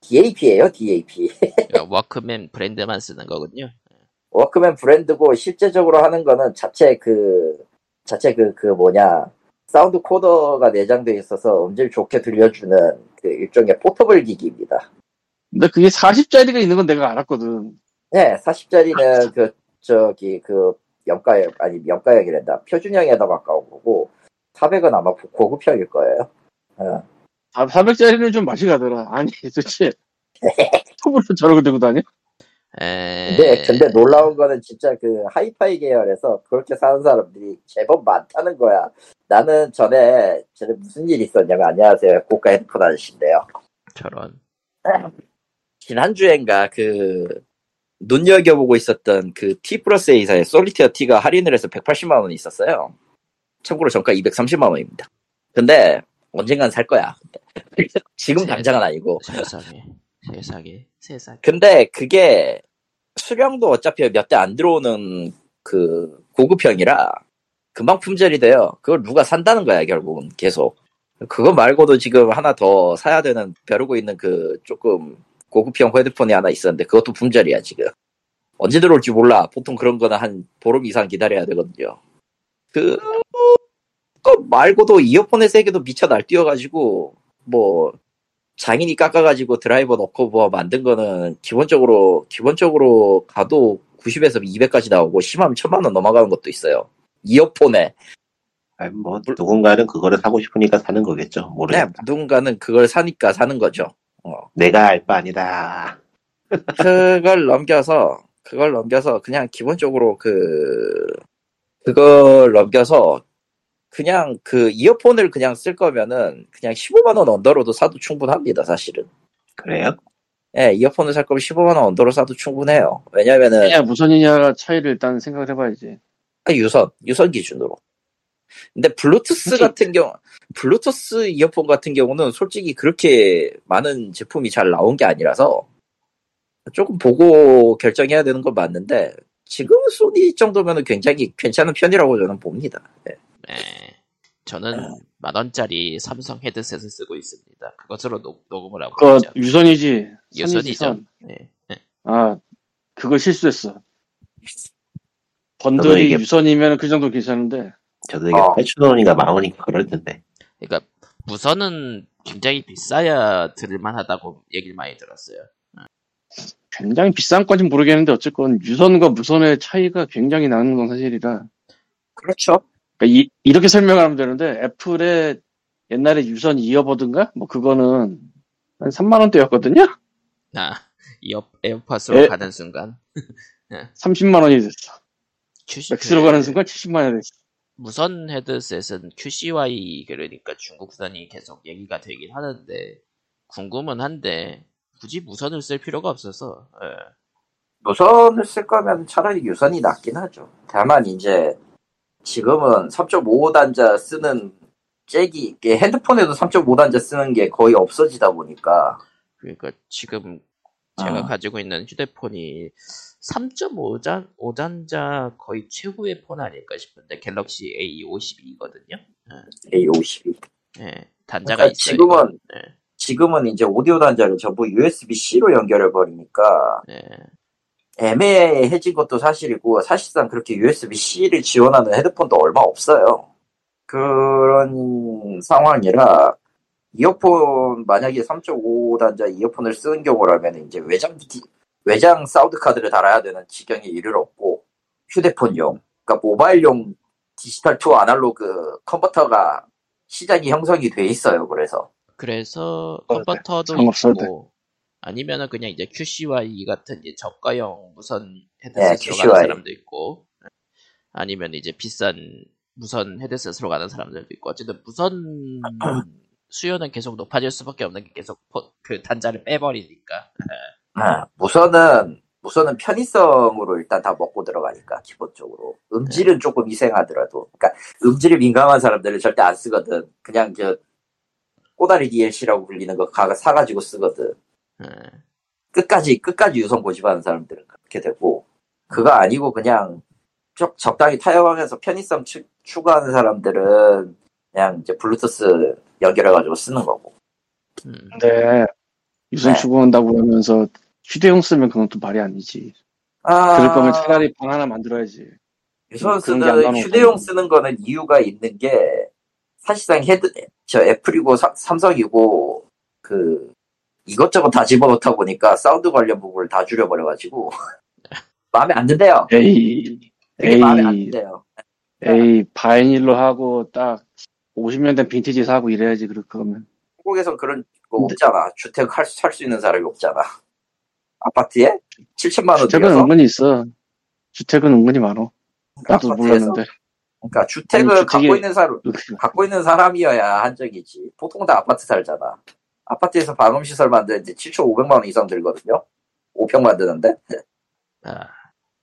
Speaker 2: DAP예요, DAP.
Speaker 1: 그러니까 워크맨 브랜드만 쓰는 거군요.
Speaker 2: 워크맨 브랜드고 실제적으로 하는 거는 자체 그 자체 그 그 뭐냐 사운드 코더가 내장돼 있어서 음질 좋게 들려주는 그 일종의 포터블 기기입니다.
Speaker 4: 근데 그게 40짜리가 있는 건 내가 알았거든.
Speaker 2: 네,
Speaker 3: 아,
Speaker 2: 40짜리는 그 저기 그 염가역 아니 염가역이란다 표준형에 더 가까운 거고 400은 아마 고급형일 거예요.
Speaker 4: 400짜리는 좀 맛이 가더라. 아니 도대체 초보로 저러고 들고 다녀?
Speaker 1: 에.
Speaker 2: 네, 근데, 근데 놀라운 거는 진짜 그 하이파이 계열에서 그렇게 사는 사람들이 제법 많다는 거야. 나는 전에, 전에 무슨 일이 있었냐면, 안녕하세요. 고가 헤드폰 아저씨인데요.
Speaker 1: 저런.
Speaker 2: 지난주엔가 그, 눈여겨보고 있었던 그 T 플러스 A사의 솔리티어 T가 할인을 해서 180만원이 있었어요. 참고로 정가 230만원입니다. 근데, 언젠간 살 거야. 지금 당장은 아니고.
Speaker 4: 뭐.
Speaker 1: 세상에. 세상에. 세상에.
Speaker 2: 근데 그게 수량도 어차피 몇 대 안 들어오는 그 고급형이라 금방 품절이 돼요. 그걸 누가 산다는 거야, 결국은 계속. 그거 말고도 지금 하나 더 사야 되는 벼르고 있는 그 조금 고급형 헤드폰이 하나 있었는데 그것도 품절이야 지금. 언제 들어올지 몰라. 보통 그런 거는 한 보름 이상 기다려야 되거든요. 그, 거 말고도 이어폰의 세계도 미쳐 날뛰어가지고, 뭐, 장인이 깎아가지고 드라이버 넣고 뭐 만든 거는 기본적으로, 기본적으로 가도 90에서 200까지 나오고, 심하면 1000만원 넘어가는 것도 있어요. 이어폰에.
Speaker 3: 아니, 뭐 누군가는 그거를 사고 싶으니까 사는 거겠죠.
Speaker 2: 네,
Speaker 3: 모르겠다.
Speaker 2: 누군가는 그걸 사니까 사는 거죠. 네.
Speaker 3: 내가 알 바 아니다.
Speaker 2: 그걸 넘겨서 그걸 넘겨서 그냥 기본적으로 그 그걸 넘겨서 그냥 그 이어폰을 그냥 쓸 거면은 그냥 15만 원 언더로도 사도 충분합니다 사실은
Speaker 3: 그래요?
Speaker 2: 예 이어폰을 살 거면 15만 원 언더로 사도 충분해요 왜냐면은
Speaker 4: 냐 무선이냐 차이를 일단 생각을 해봐야지.
Speaker 2: 아, 유선 유선 기준으로 근데 블루투스
Speaker 4: 솔직히-
Speaker 2: 같은 경우 블루투스 이어폰 같은 경우는 솔직히 그렇게 많은 제품이 잘 나온 게 아니라서 조금 보고 결정해야 되는 건 맞는데 지금 소니 정도면 굉장히 괜찮은 편이라고 저는 봅니다. 예.
Speaker 1: 네. 저는 만 원짜리 삼성 헤드셋을 쓰고 있습니다. 그것으로 녹, 녹음을 하고
Speaker 4: 그거
Speaker 1: 있죠.
Speaker 4: 유선이지. 선이지,
Speaker 1: 그렇죠. 유선이죠.
Speaker 4: 선.
Speaker 1: 네.
Speaker 4: 아, 그거 실수했어.
Speaker 3: 저도
Speaker 4: 번들이
Speaker 3: 이게-
Speaker 4: 유선이면 그 정도 괜찮은데.
Speaker 3: 저도 이게
Speaker 2: 어.
Speaker 3: 8천 원인가 만 원인가 그럴 텐데.
Speaker 1: 그러니까 무선은 굉장히 비싸야 들을만하다고 얘기를 많이 들었어요.
Speaker 4: 굉장히 비싼 건지 모르겠는데 어쨌건 유선과 무선의 차이가 굉장히 나는 건 사실이라.
Speaker 2: 그렇죠.
Speaker 4: 그러니까 이, 렇게 설명을 하면 되는데 애플의 옛날에 유선 이어버든가 뭐 그거는 한 3만 원대였거든요.
Speaker 1: 나 아, 이어 에어팟으로
Speaker 4: 에?
Speaker 1: 가는 순간
Speaker 4: 30만 원이 됐어.
Speaker 1: QC
Speaker 2: 네.
Speaker 4: 맥스로 네, 가는 순간 70만 원이 됐어.
Speaker 1: 무선 헤드셋은 QCY 그러니까 중국산이 계속 얘기가 되긴 하는데 궁금은 한데 굳이 무선을 쓸 필요가 없어서 예.
Speaker 2: 무선을 쓸 거면 차라리 유선이 낫긴 하죠. 다만 이제 지금은 3.5 단자 쓰는 잭이 이게 핸드폰에도 3.5 단자 쓰는 게 거의 없어지다 보니까
Speaker 1: 그러니까 지금 제가
Speaker 2: 아.
Speaker 1: 가지고 있는 휴대폰이 3.5잔 5단자 거의 최후의 폰 아닐까 싶은데 갤럭시 A52거든요.
Speaker 2: A52.
Speaker 1: 예. 단자가
Speaker 2: 그러니까
Speaker 1: 있어요.
Speaker 2: 지금은
Speaker 1: 이건. 예.
Speaker 2: 지금은 이제 오디오 단자를 전부 USB-C로 연결해 버리니까
Speaker 1: 예.
Speaker 2: 애매해진 것도 사실이고 사실상 그렇게 USB-C를 지원하는 헤드폰도 얼마 없어요. 그런 상황이라 이어폰 만약에 3.5 단자 이어폰을 쓰는 경우라면 이제 외장 기- 외장 사운드 카드를 달아야 되는 지경에 이르렀고 휴대폰용 그러니까 모바일용 디지털 투 아날로그 컨버터가 시장이 형성이 돼 있어요. 그래서
Speaker 1: 그래서
Speaker 3: 네.
Speaker 1: 컨버터도
Speaker 4: 어, 상관없어도
Speaker 1: 있고 아니면은 그냥 이제 QCY 같은 이제 저가형 무선
Speaker 2: 네,
Speaker 1: 헤드셋으로 가는
Speaker 4: E.
Speaker 2: QCY.
Speaker 1: 사람도 있고 아니면 이제 비싼 무선 헤드셋으로 가는 사람들도 있고 어쨌든 무선 수요는 계속 높아질 수밖에 없는 게 계속 포- 그 단자를 빼버리니까
Speaker 2: 아, 무선은 무선은 편의성으로 일단 다 먹고 들어가니까 기본적으로
Speaker 4: 네.
Speaker 2: 음질은 조금 희생하더라도 그러니까 음질에 민감한 사람들은 절대 안 쓰거든 그냥 저 꼬다리 DLC라고 불리는 거 가- 사가지고 쓰거든
Speaker 1: 예.
Speaker 2: 끝까지 끝까지 유선 고집하는 사람들은 그렇게 되고 그거 아니고 그냥 적, 적당히 타협하면서 편의성 추, 추구하는 사람들은 그냥 이제 블루투스 연결해가지고 쓰는 거고
Speaker 1: 음.
Speaker 4: 근데 유선
Speaker 2: 네.
Speaker 4: 추구한다고 그러면서 휴대용 쓰면 그건 또 말이 아니지.
Speaker 2: 아...
Speaker 4: 그럴 거면 차라리 방 하나 만들어야지.
Speaker 2: 유선
Speaker 4: 그런 게 안
Speaker 2: 쓰는
Speaker 4: 나오는
Speaker 2: 휴대용
Speaker 4: 거지.
Speaker 2: 쓰는 거는 이유가 있는 게 사실상 헤드 저 애플이고 삼- 삼성이고 그 이것저것 다 집어넣다 보니까 사운드 관련 부분을 다 줄여버려가지고 마음에 안 든대요.
Speaker 4: 에이,
Speaker 2: 되게 마음에 안
Speaker 4: 에이.
Speaker 2: 든대요. 네.
Speaker 4: 에이 바이닐로 하고 딱 50년대 빈티지 사고 이래야지 그럴 거면
Speaker 2: 한국에선 그런 거 없잖아. 주택 할 수- 살수 있는 사람이 없잖아. 아파트에 7천만 원
Speaker 4: 주택은
Speaker 2: 들여서
Speaker 4: 은근히 있어 주택은 은근히 많어 나도
Speaker 2: 아파트에서
Speaker 4: 몰랐는데
Speaker 2: 그러니까 주택을
Speaker 4: 아니,
Speaker 2: 갖고
Speaker 4: 주택이-
Speaker 2: 있는 사람 갖고 있는 사람이어야 한적이지. 보통 다 아파트 살잖아. 아파트에서 방음시설 만드는데 7,500만 원 이상 들거든요. 5평 만드는데?
Speaker 1: 아,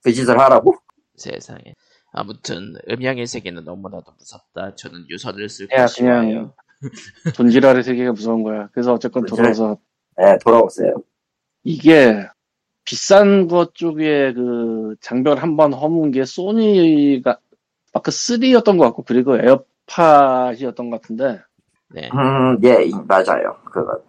Speaker 2: 그 짓을 하라고?
Speaker 1: 세상에 아무튼 음향의 세계는 너무나도 무섭다 저는 유선을 쓸
Speaker 4: 야,
Speaker 1: 것이와요
Speaker 4: 그냥- 돈지랄의 세계가 무서운 거야 그래서 어쨌건
Speaker 2: 돈지랄.
Speaker 4: 돌아서
Speaker 2: 네, 돌아오세요.
Speaker 4: 이게 비싼 것 쪽에 그 장벽을 한번 허문 게 소니가 아까 3였던 것 같고 그리고 에어팟이었던 것 같은데
Speaker 1: 네.
Speaker 2: 음, 예, 이- 맞아요. 그거.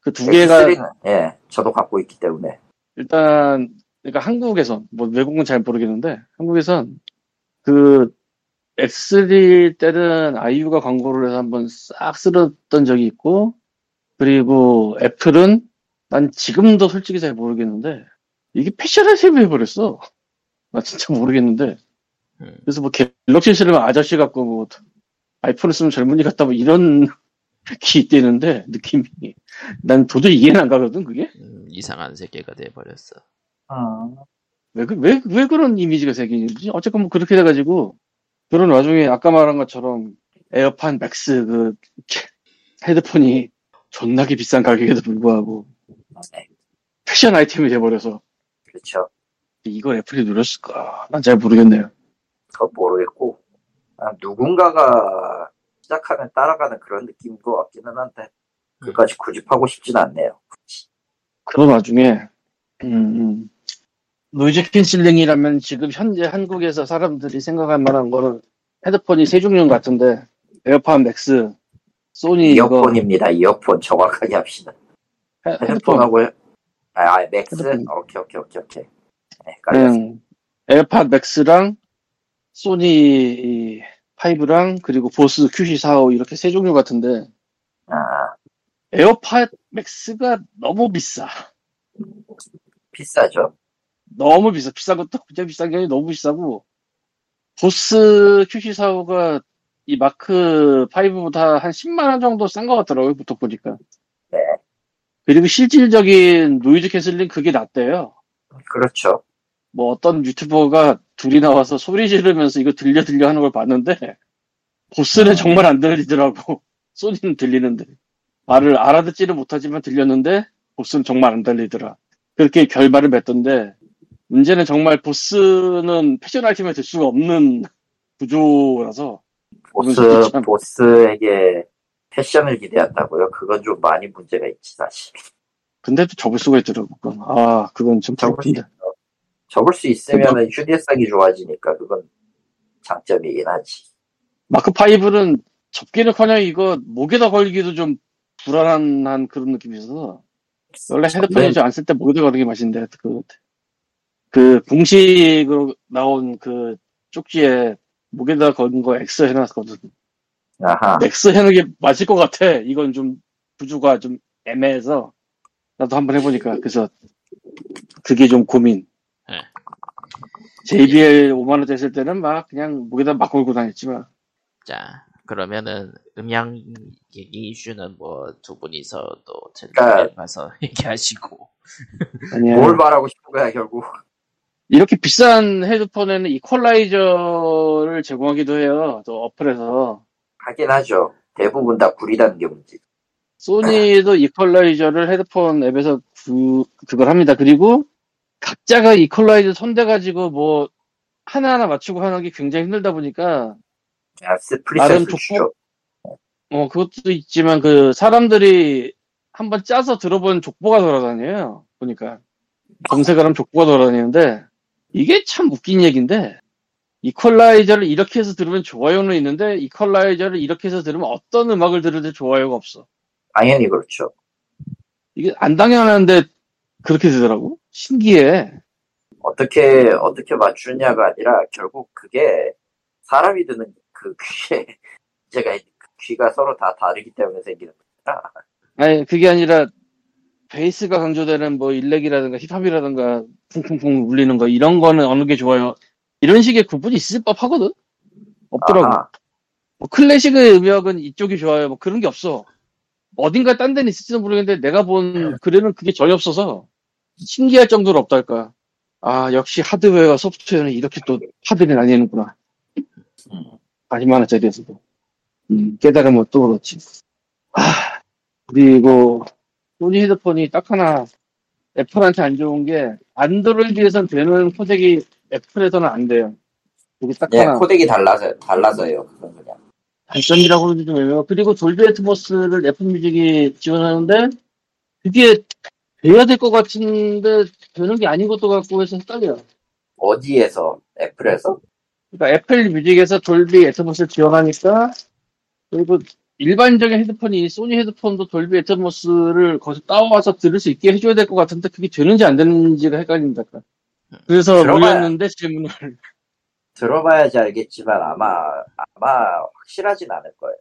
Speaker 4: 그 두 개가
Speaker 2: X3는 예, 저도 갖고 있기 때문에
Speaker 4: 일단 그러니까 한국에선 뭐 외국은 잘 모르겠는데 한국에선 그 X3 때는 아이유가 광고를 해서 한번 싹 쓸었던 적이 있고 그리고 애플은 난 지금도 솔직히 잘 모르겠는데 이게 패션을 세부해버렸어 나 진짜 모르겠는데
Speaker 1: 음.
Speaker 4: 그래서 뭐 갤럭시 쓰려면 아저씨 같고 뭐 아이폰을 쓰면 젊은이 같다 뭐 이런 기 떼는데 느낌이 난 도저히 이해는 안 가거든 그게
Speaker 1: 음, 이상한 세계가 돼버렸어.
Speaker 4: 왜, 그- 왜, 왜 그런 이미지가 생기는지 어쨌건 뭐 그렇게 돼가지고 그런 와중에 아까 말한 것처럼 에어팟 맥스 그 헤드폰이 존나게 비싼 가격에도 불구하고
Speaker 2: 네,
Speaker 4: 패션 아이템이 돼버려서
Speaker 2: 그렇죠.
Speaker 4: 이걸 애플이 누렸을까 난 잘 모르겠네요
Speaker 2: 그건 모르겠고 아, 누군가가 시작하면 따라가는 그런 느낌인 것 같기는 한데
Speaker 4: 음.
Speaker 2: 그까지 고집하고 싶진 않네요.
Speaker 4: 그런 와중에 음, 음. 노이즈 캔슬링이라면 지금 현재 한국에서 사람들이 생각할 만한 거는 헤드폰이 세 종류 같은데 에어팟 맥스 소니 이거
Speaker 2: 이어폰입니다. 이어폰 정확하게 합시다.
Speaker 4: 헤- 헤드폰
Speaker 2: 헤드폰하고 아, 아 맥스
Speaker 4: 헤드폰.
Speaker 2: 오케이 오케이 오케이 오케이 네, 깔렸어.
Speaker 4: 음, 에어팟 맥스랑 소니 5랑 그리고 보스 QC45 이렇게 세 종류 같은데
Speaker 2: 아
Speaker 4: 에어팟 맥스가 너무 비싸.
Speaker 2: 비싸죠.
Speaker 4: 너무 비싸. 비싼 것도 그냥 비싼 게 아니라 너무 비싸고 보스 QC45가 이 마크 5보다 한 10만 원 정도 싼 것 같더라고요. 보통 보니까.
Speaker 2: 네.
Speaker 4: 그리고 실질적인 노이즈 캔슬링 그게 낫대요.
Speaker 2: 그렇죠.
Speaker 4: 뭐 어떤 유튜버가 둘이 나와서 소리 지르면서 이거 들려 들려 하는 걸 봤는데 보스는
Speaker 2: 음.
Speaker 4: 정말 안 들리더라고 소리는 들리는데 말을 알아듣지는 못하지만 들렸는데 보스는 정말 안 들리더라 그렇게 결말을 맺던데 문제는 정말 보스는 패션 아이템에 들 수가 없는 구조라서
Speaker 2: 보스
Speaker 4: 그건 참-
Speaker 2: 보스에게 패션을 기대한다고요. 그건 좀 많이 문제가 있지 사실.
Speaker 4: 근데 또 접을 수가 있더라고 그건. 아 그건 좀
Speaker 2: 접을 수
Speaker 4: 부럽긴데
Speaker 2: 접을 수 있으면은 휴대성이 좋아지니까 그건 장점이긴 하지.
Speaker 4: 마크 5는 접기는커녕 이거 목에다 걸기도 좀 불안한 한 그런 느낌이 있어서
Speaker 2: 네.
Speaker 4: 원래 헤드폰이
Speaker 2: 근데-
Speaker 4: 좀 안 쓸 때 목에다 걸는 게 맛있는데 그, 그 공식으로 나온 그 쪽지에 목에다 건 거 엑스 해놨거든.
Speaker 2: 아하.
Speaker 4: 엑스 해놓은 게 맞을 것 같아. 이건 좀 구조가 좀 애매해서 나도 한번 해보니까 그래서 그게 좀 고민.
Speaker 1: 네.
Speaker 4: JBL 5만 원대 했을 때는 막 그냥 목에다 막 걸고 다녔지만
Speaker 1: 자, 그러면은 음향 얘기 이슈는 뭐 두 분이서 또
Speaker 2: 그러니까-
Speaker 4: 네.
Speaker 1: 텔레그램 가서 얘기하시고
Speaker 4: 아니야.
Speaker 2: 뭘 말하고 싶은 거야 결국.
Speaker 4: 이렇게 비싼 헤드폰에는 이퀄라이저를 제공하기도 해요. 또 어플에서.
Speaker 2: 하긴 하죠. 대부분 다 구리다는 게 문제.
Speaker 4: 소니도 이퀄라이저를 헤드폰 앱에서 구- 그걸 합니다. 그리고 각자가 이퀄라이저 선대가지고 뭐 하나하나 맞추고 하는 게 굉장히 힘들다 보니까
Speaker 2: 아,
Speaker 4: 나름
Speaker 2: 스프리셋을
Speaker 4: 좋고-
Speaker 2: 주죠.
Speaker 4: 어 그것도 있지만 그 사람들이 한번 짜서 들어본 족보가 돌아다녀요. 보니까 검색을 하면 족보가 돌아다니는데 이게 참 웃긴 얘기인데 이퀄라이저를 이렇게 해서 들으면 좋아요는 있는데 이퀄라이저를 이렇게 해서 들으면 어떤 음악을 들어도 좋아요가 없어.
Speaker 2: 당연히 그렇죠.
Speaker 4: 이게 안 당연한데 그렇게 되더라고. 신기해.
Speaker 2: 어떻게 어떻게 맞추냐가 아니라 결국 그게 사람이 드는 그 귀에 제가 귀가 서로 다 다르기 때문에 생기는 거라.
Speaker 4: 아니 그게 아니라 베이스가 강조되는 뭐 일렉이라든가 힙합이라든가 쿵쿵쿵 울리는 거 이런 거는 어느 게 좋아요. 이런 식의 구분이 있을 법하거든. 없더라고.
Speaker 2: 아하.
Speaker 4: 뭐 클래식의 음악은 이쪽이 좋아요. 뭐 그런 게 없어. 어딘가 딴 데는 있을지도 모르겠는데 내가 본 글에는 그게 전혀 없어서 신기할 정도로 없달까. 아 역시 하드웨어와 소프트웨어는 이렇게 또 파들이 나뉘는구나. 아니면 하나짜리에서도 음, 깨달으면 또 그렇지. 아, 그리고 소니 헤드폰이 딱 하나 애플한테 안 좋은 게 안드로이드에선 되는 코덱이 애플에서는 안 돼요. 그게 딱
Speaker 2: 예,
Speaker 4: 하나.
Speaker 2: 코덱이 달라서 달라서요. 그건 그냥.
Speaker 4: 단점이라고 하는데 좀 애매하고 그리고 돌비 애트모스를 애플 뮤직이 지원하는데 그게 돼야 될 것 같은데 되는 게 아닌 것도 같고 해서 헷갈려요
Speaker 2: 어디에서 애플에서
Speaker 4: 그러니까 애플 뮤직에서 돌비 애트모스를 지원하니까 그리고 일반적인 헤드폰이 소니 헤드폰도 돌비 애트모스를 거기서 따와서 들을 수 있게 해줘야 될 것 같은데 그게 되는지 안 되는지가 헷갈린다. 그러니까. 그래서
Speaker 2: 들어가야-
Speaker 4: 몰랐는데 질문을
Speaker 2: 들어봐야지 알겠지만 아마 아마 확실하진 않을 거예요.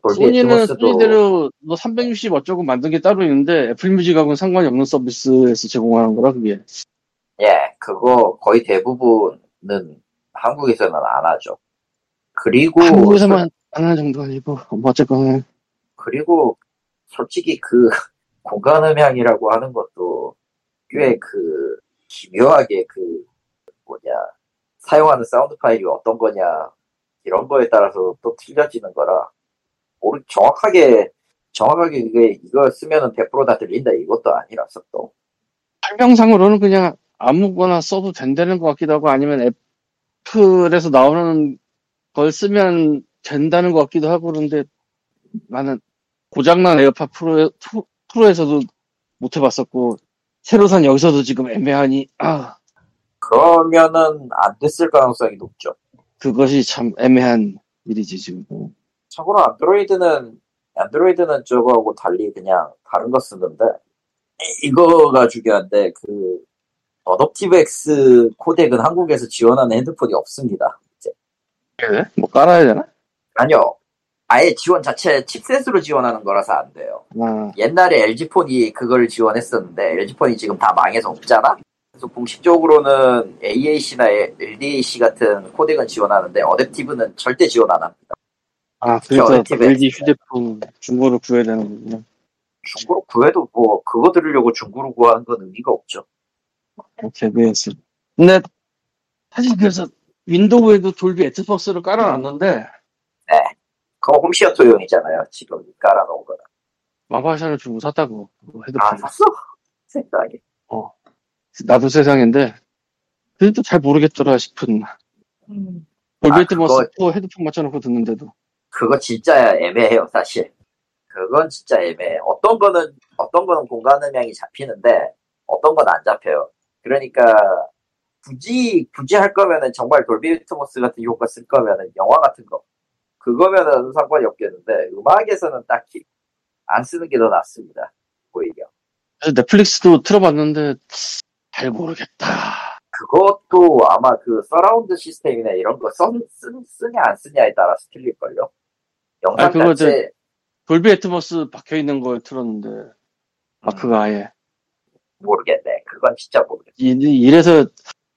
Speaker 2: 돌비
Speaker 4: 소니는
Speaker 2: 애트모스도
Speaker 4: 소니대로 뭐 360 어쩌고 만든 게 따로 있는데 애플뮤직하고는 상관이 없는 서비스에서 제공하는 거라 그게
Speaker 2: 예 그거 거의 대부분은 한국에서는 안 하죠. 그리고
Speaker 4: 한국에서만 하는 정도 아니고 뭐 어쨌거나
Speaker 2: 그리고 솔직히 그 공간음향이라고 하는 것도 꽤 그 기묘하게 그 뭐냐 사용하는 사운드 파일이 어떤 거냐 이런 거에 따라서 또 틀려지는 거라 모르 정확하게 정확하게 이게 이거 쓰면은 100%다 들린다 이것도 아니라서 또
Speaker 4: 설명상으로는 그냥 아무거나 써도 된다는 것 같기도 하고 아니면 애플에서 나오는 걸 쓰면 된다는 것 같기도 하고 그런데 나는 고장난 에어팟 프로, 프로- 프로에서도 못 해봤었고 새로 산 여기서도 지금 애매하니 아
Speaker 2: 그러면은 안 됐을 가능성이 높죠.
Speaker 4: 그것이 참 애매한 일이지 지금
Speaker 2: 참고로 안드로이드는 안드로이드는 저거하고 달리 그냥 다른 거 쓰는데 이거가 중요한데 그 어댑티브 X 코덱은 한국에서 지원하는 핸드폰이 없습니다. 이제.
Speaker 4: 뭐 깔아야 되나?
Speaker 2: 아니요. 아예 지원 자체 칩셋으로 지원하는 거라서 안 돼요.
Speaker 4: 아,
Speaker 2: 옛날에 LG폰이 그걸 지원했었는데 LG폰이 지금 다 망해서 없잖아. 그래서 공식적으로는 AAC나 LDAC 같은 코덱은 지원하는데 어댑티브는 절대 지원 안 합니다.
Speaker 4: 아 그래서
Speaker 2: 어댑티브
Speaker 4: LG
Speaker 2: X.
Speaker 4: 휴대폰 중고로 구해야 되는 거군요
Speaker 2: 중고로 구해도 뭐 그거 들으려고 중고로 구하는 건 의미가 없죠.
Speaker 4: 오케이, 그랬어. 근데 사실 그래서 윈도우에도 돌비 애트박스를 깔아놨는데
Speaker 2: 그거 홈시어토용이잖아요. 지금 깔아놓은 거는.
Speaker 4: 마바샤를 주고 샀다고 그거
Speaker 2: 아
Speaker 4: 헤드폰
Speaker 2: 샀어? 생각이.
Speaker 4: 나도 세상인데 그래도 잘 모르겠더라 싶은 돌비
Speaker 2: 아,
Speaker 4: 애트박스 또 헤드폰 맞춰놓고 듣는데도
Speaker 2: 그거 진짜 애매해요, 사실. 그건 진짜 애매해. 어떤 거는, 어떤 거는 공간 음향이 잡히는데, 어떤 건 안 잡혀요. 그러니까, 굳이, 굳이 할 거면은 정말 돌비 비트모스 같은 효과 쓸 거면은 영화 같은 거. 그거면은 상관이 없겠는데, 음악에서는 딱히 안 쓰는 게 더 낫습니다. 오히려.
Speaker 4: 그래서 넷플릭스도 틀어봤는데 잘 모르겠다
Speaker 2: 그것도 아마 그 서라운드 시스템이나 이런 거 써, 쓰, 쓰냐 안 쓰냐에 따라서 틀릴걸요. 영상
Speaker 4: 아니, 그거
Speaker 2: 자체,
Speaker 4: 돌비 애트박스 박혀있는 걸 틀었는데 아 그거 아예
Speaker 2: 모르겠네. 그건 진짜 모르겠네.
Speaker 4: 이- 이래서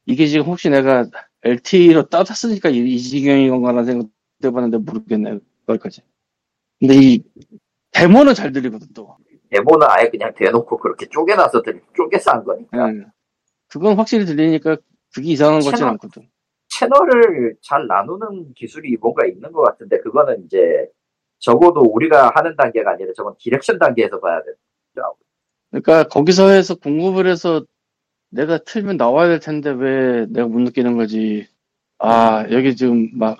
Speaker 4: 이게 지금 혹시 내가 LTE로 따다 쓰니까 이, 이 지경인 건가라는 생각 해봤는데 모르겠네 거기까지 근데 이 데모는 잘 들리거든 또
Speaker 2: 데모는 아예 그냥 대놓고 그렇게 쪼개놔서 들- 쪼개서 한 거니까
Speaker 4: 예. 그건 확실히 들리니까 그게 이상한 것같
Speaker 2: 채널-
Speaker 4: 는 않거든
Speaker 2: 채널을 잘 나누는 기술이 뭔가 있는 것 같은데 그거는 이제 적어도 우리가 하는 단계가 아니라 저건 디렉션 단계에서 봐야 돼.
Speaker 4: 그러니까 거기서 해서 공급을 해서 내가 틀면 나와야 될 텐데 왜 내가 못 느끼는 거지 아 여기 지금 막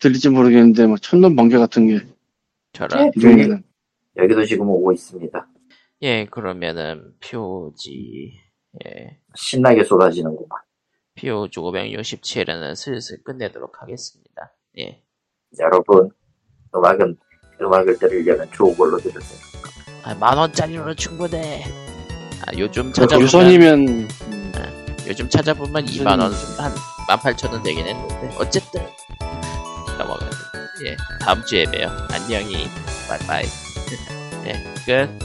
Speaker 4: 들릴지 모르겠는데 막 천둥 번개 같은 게 네.
Speaker 1: 저런.
Speaker 4: 들리는
Speaker 2: 네. 여기도 지금 오고 있습니다.
Speaker 1: 예, 그러면은 표지 예,
Speaker 2: 신나게 쏟아지는구만.
Speaker 1: POG 567에는 슬슬 끝내도록 하겠습니다. 예,
Speaker 2: 여러분 음악은 음악을 들으려면 좋은 걸로 들으세요.
Speaker 1: 아, 만 원짜리로 충분해. 아, 요즘
Speaker 4: 그러니까
Speaker 1: 찾아보면
Speaker 4: 유선이면 음,
Speaker 1: 요즘 찾아보면 2만 원한 18,000원 되긴 했는데 어쨌든 넘어가요. 예, 다음 주에 봬요. 안녕히 바이바이. 예, 끝.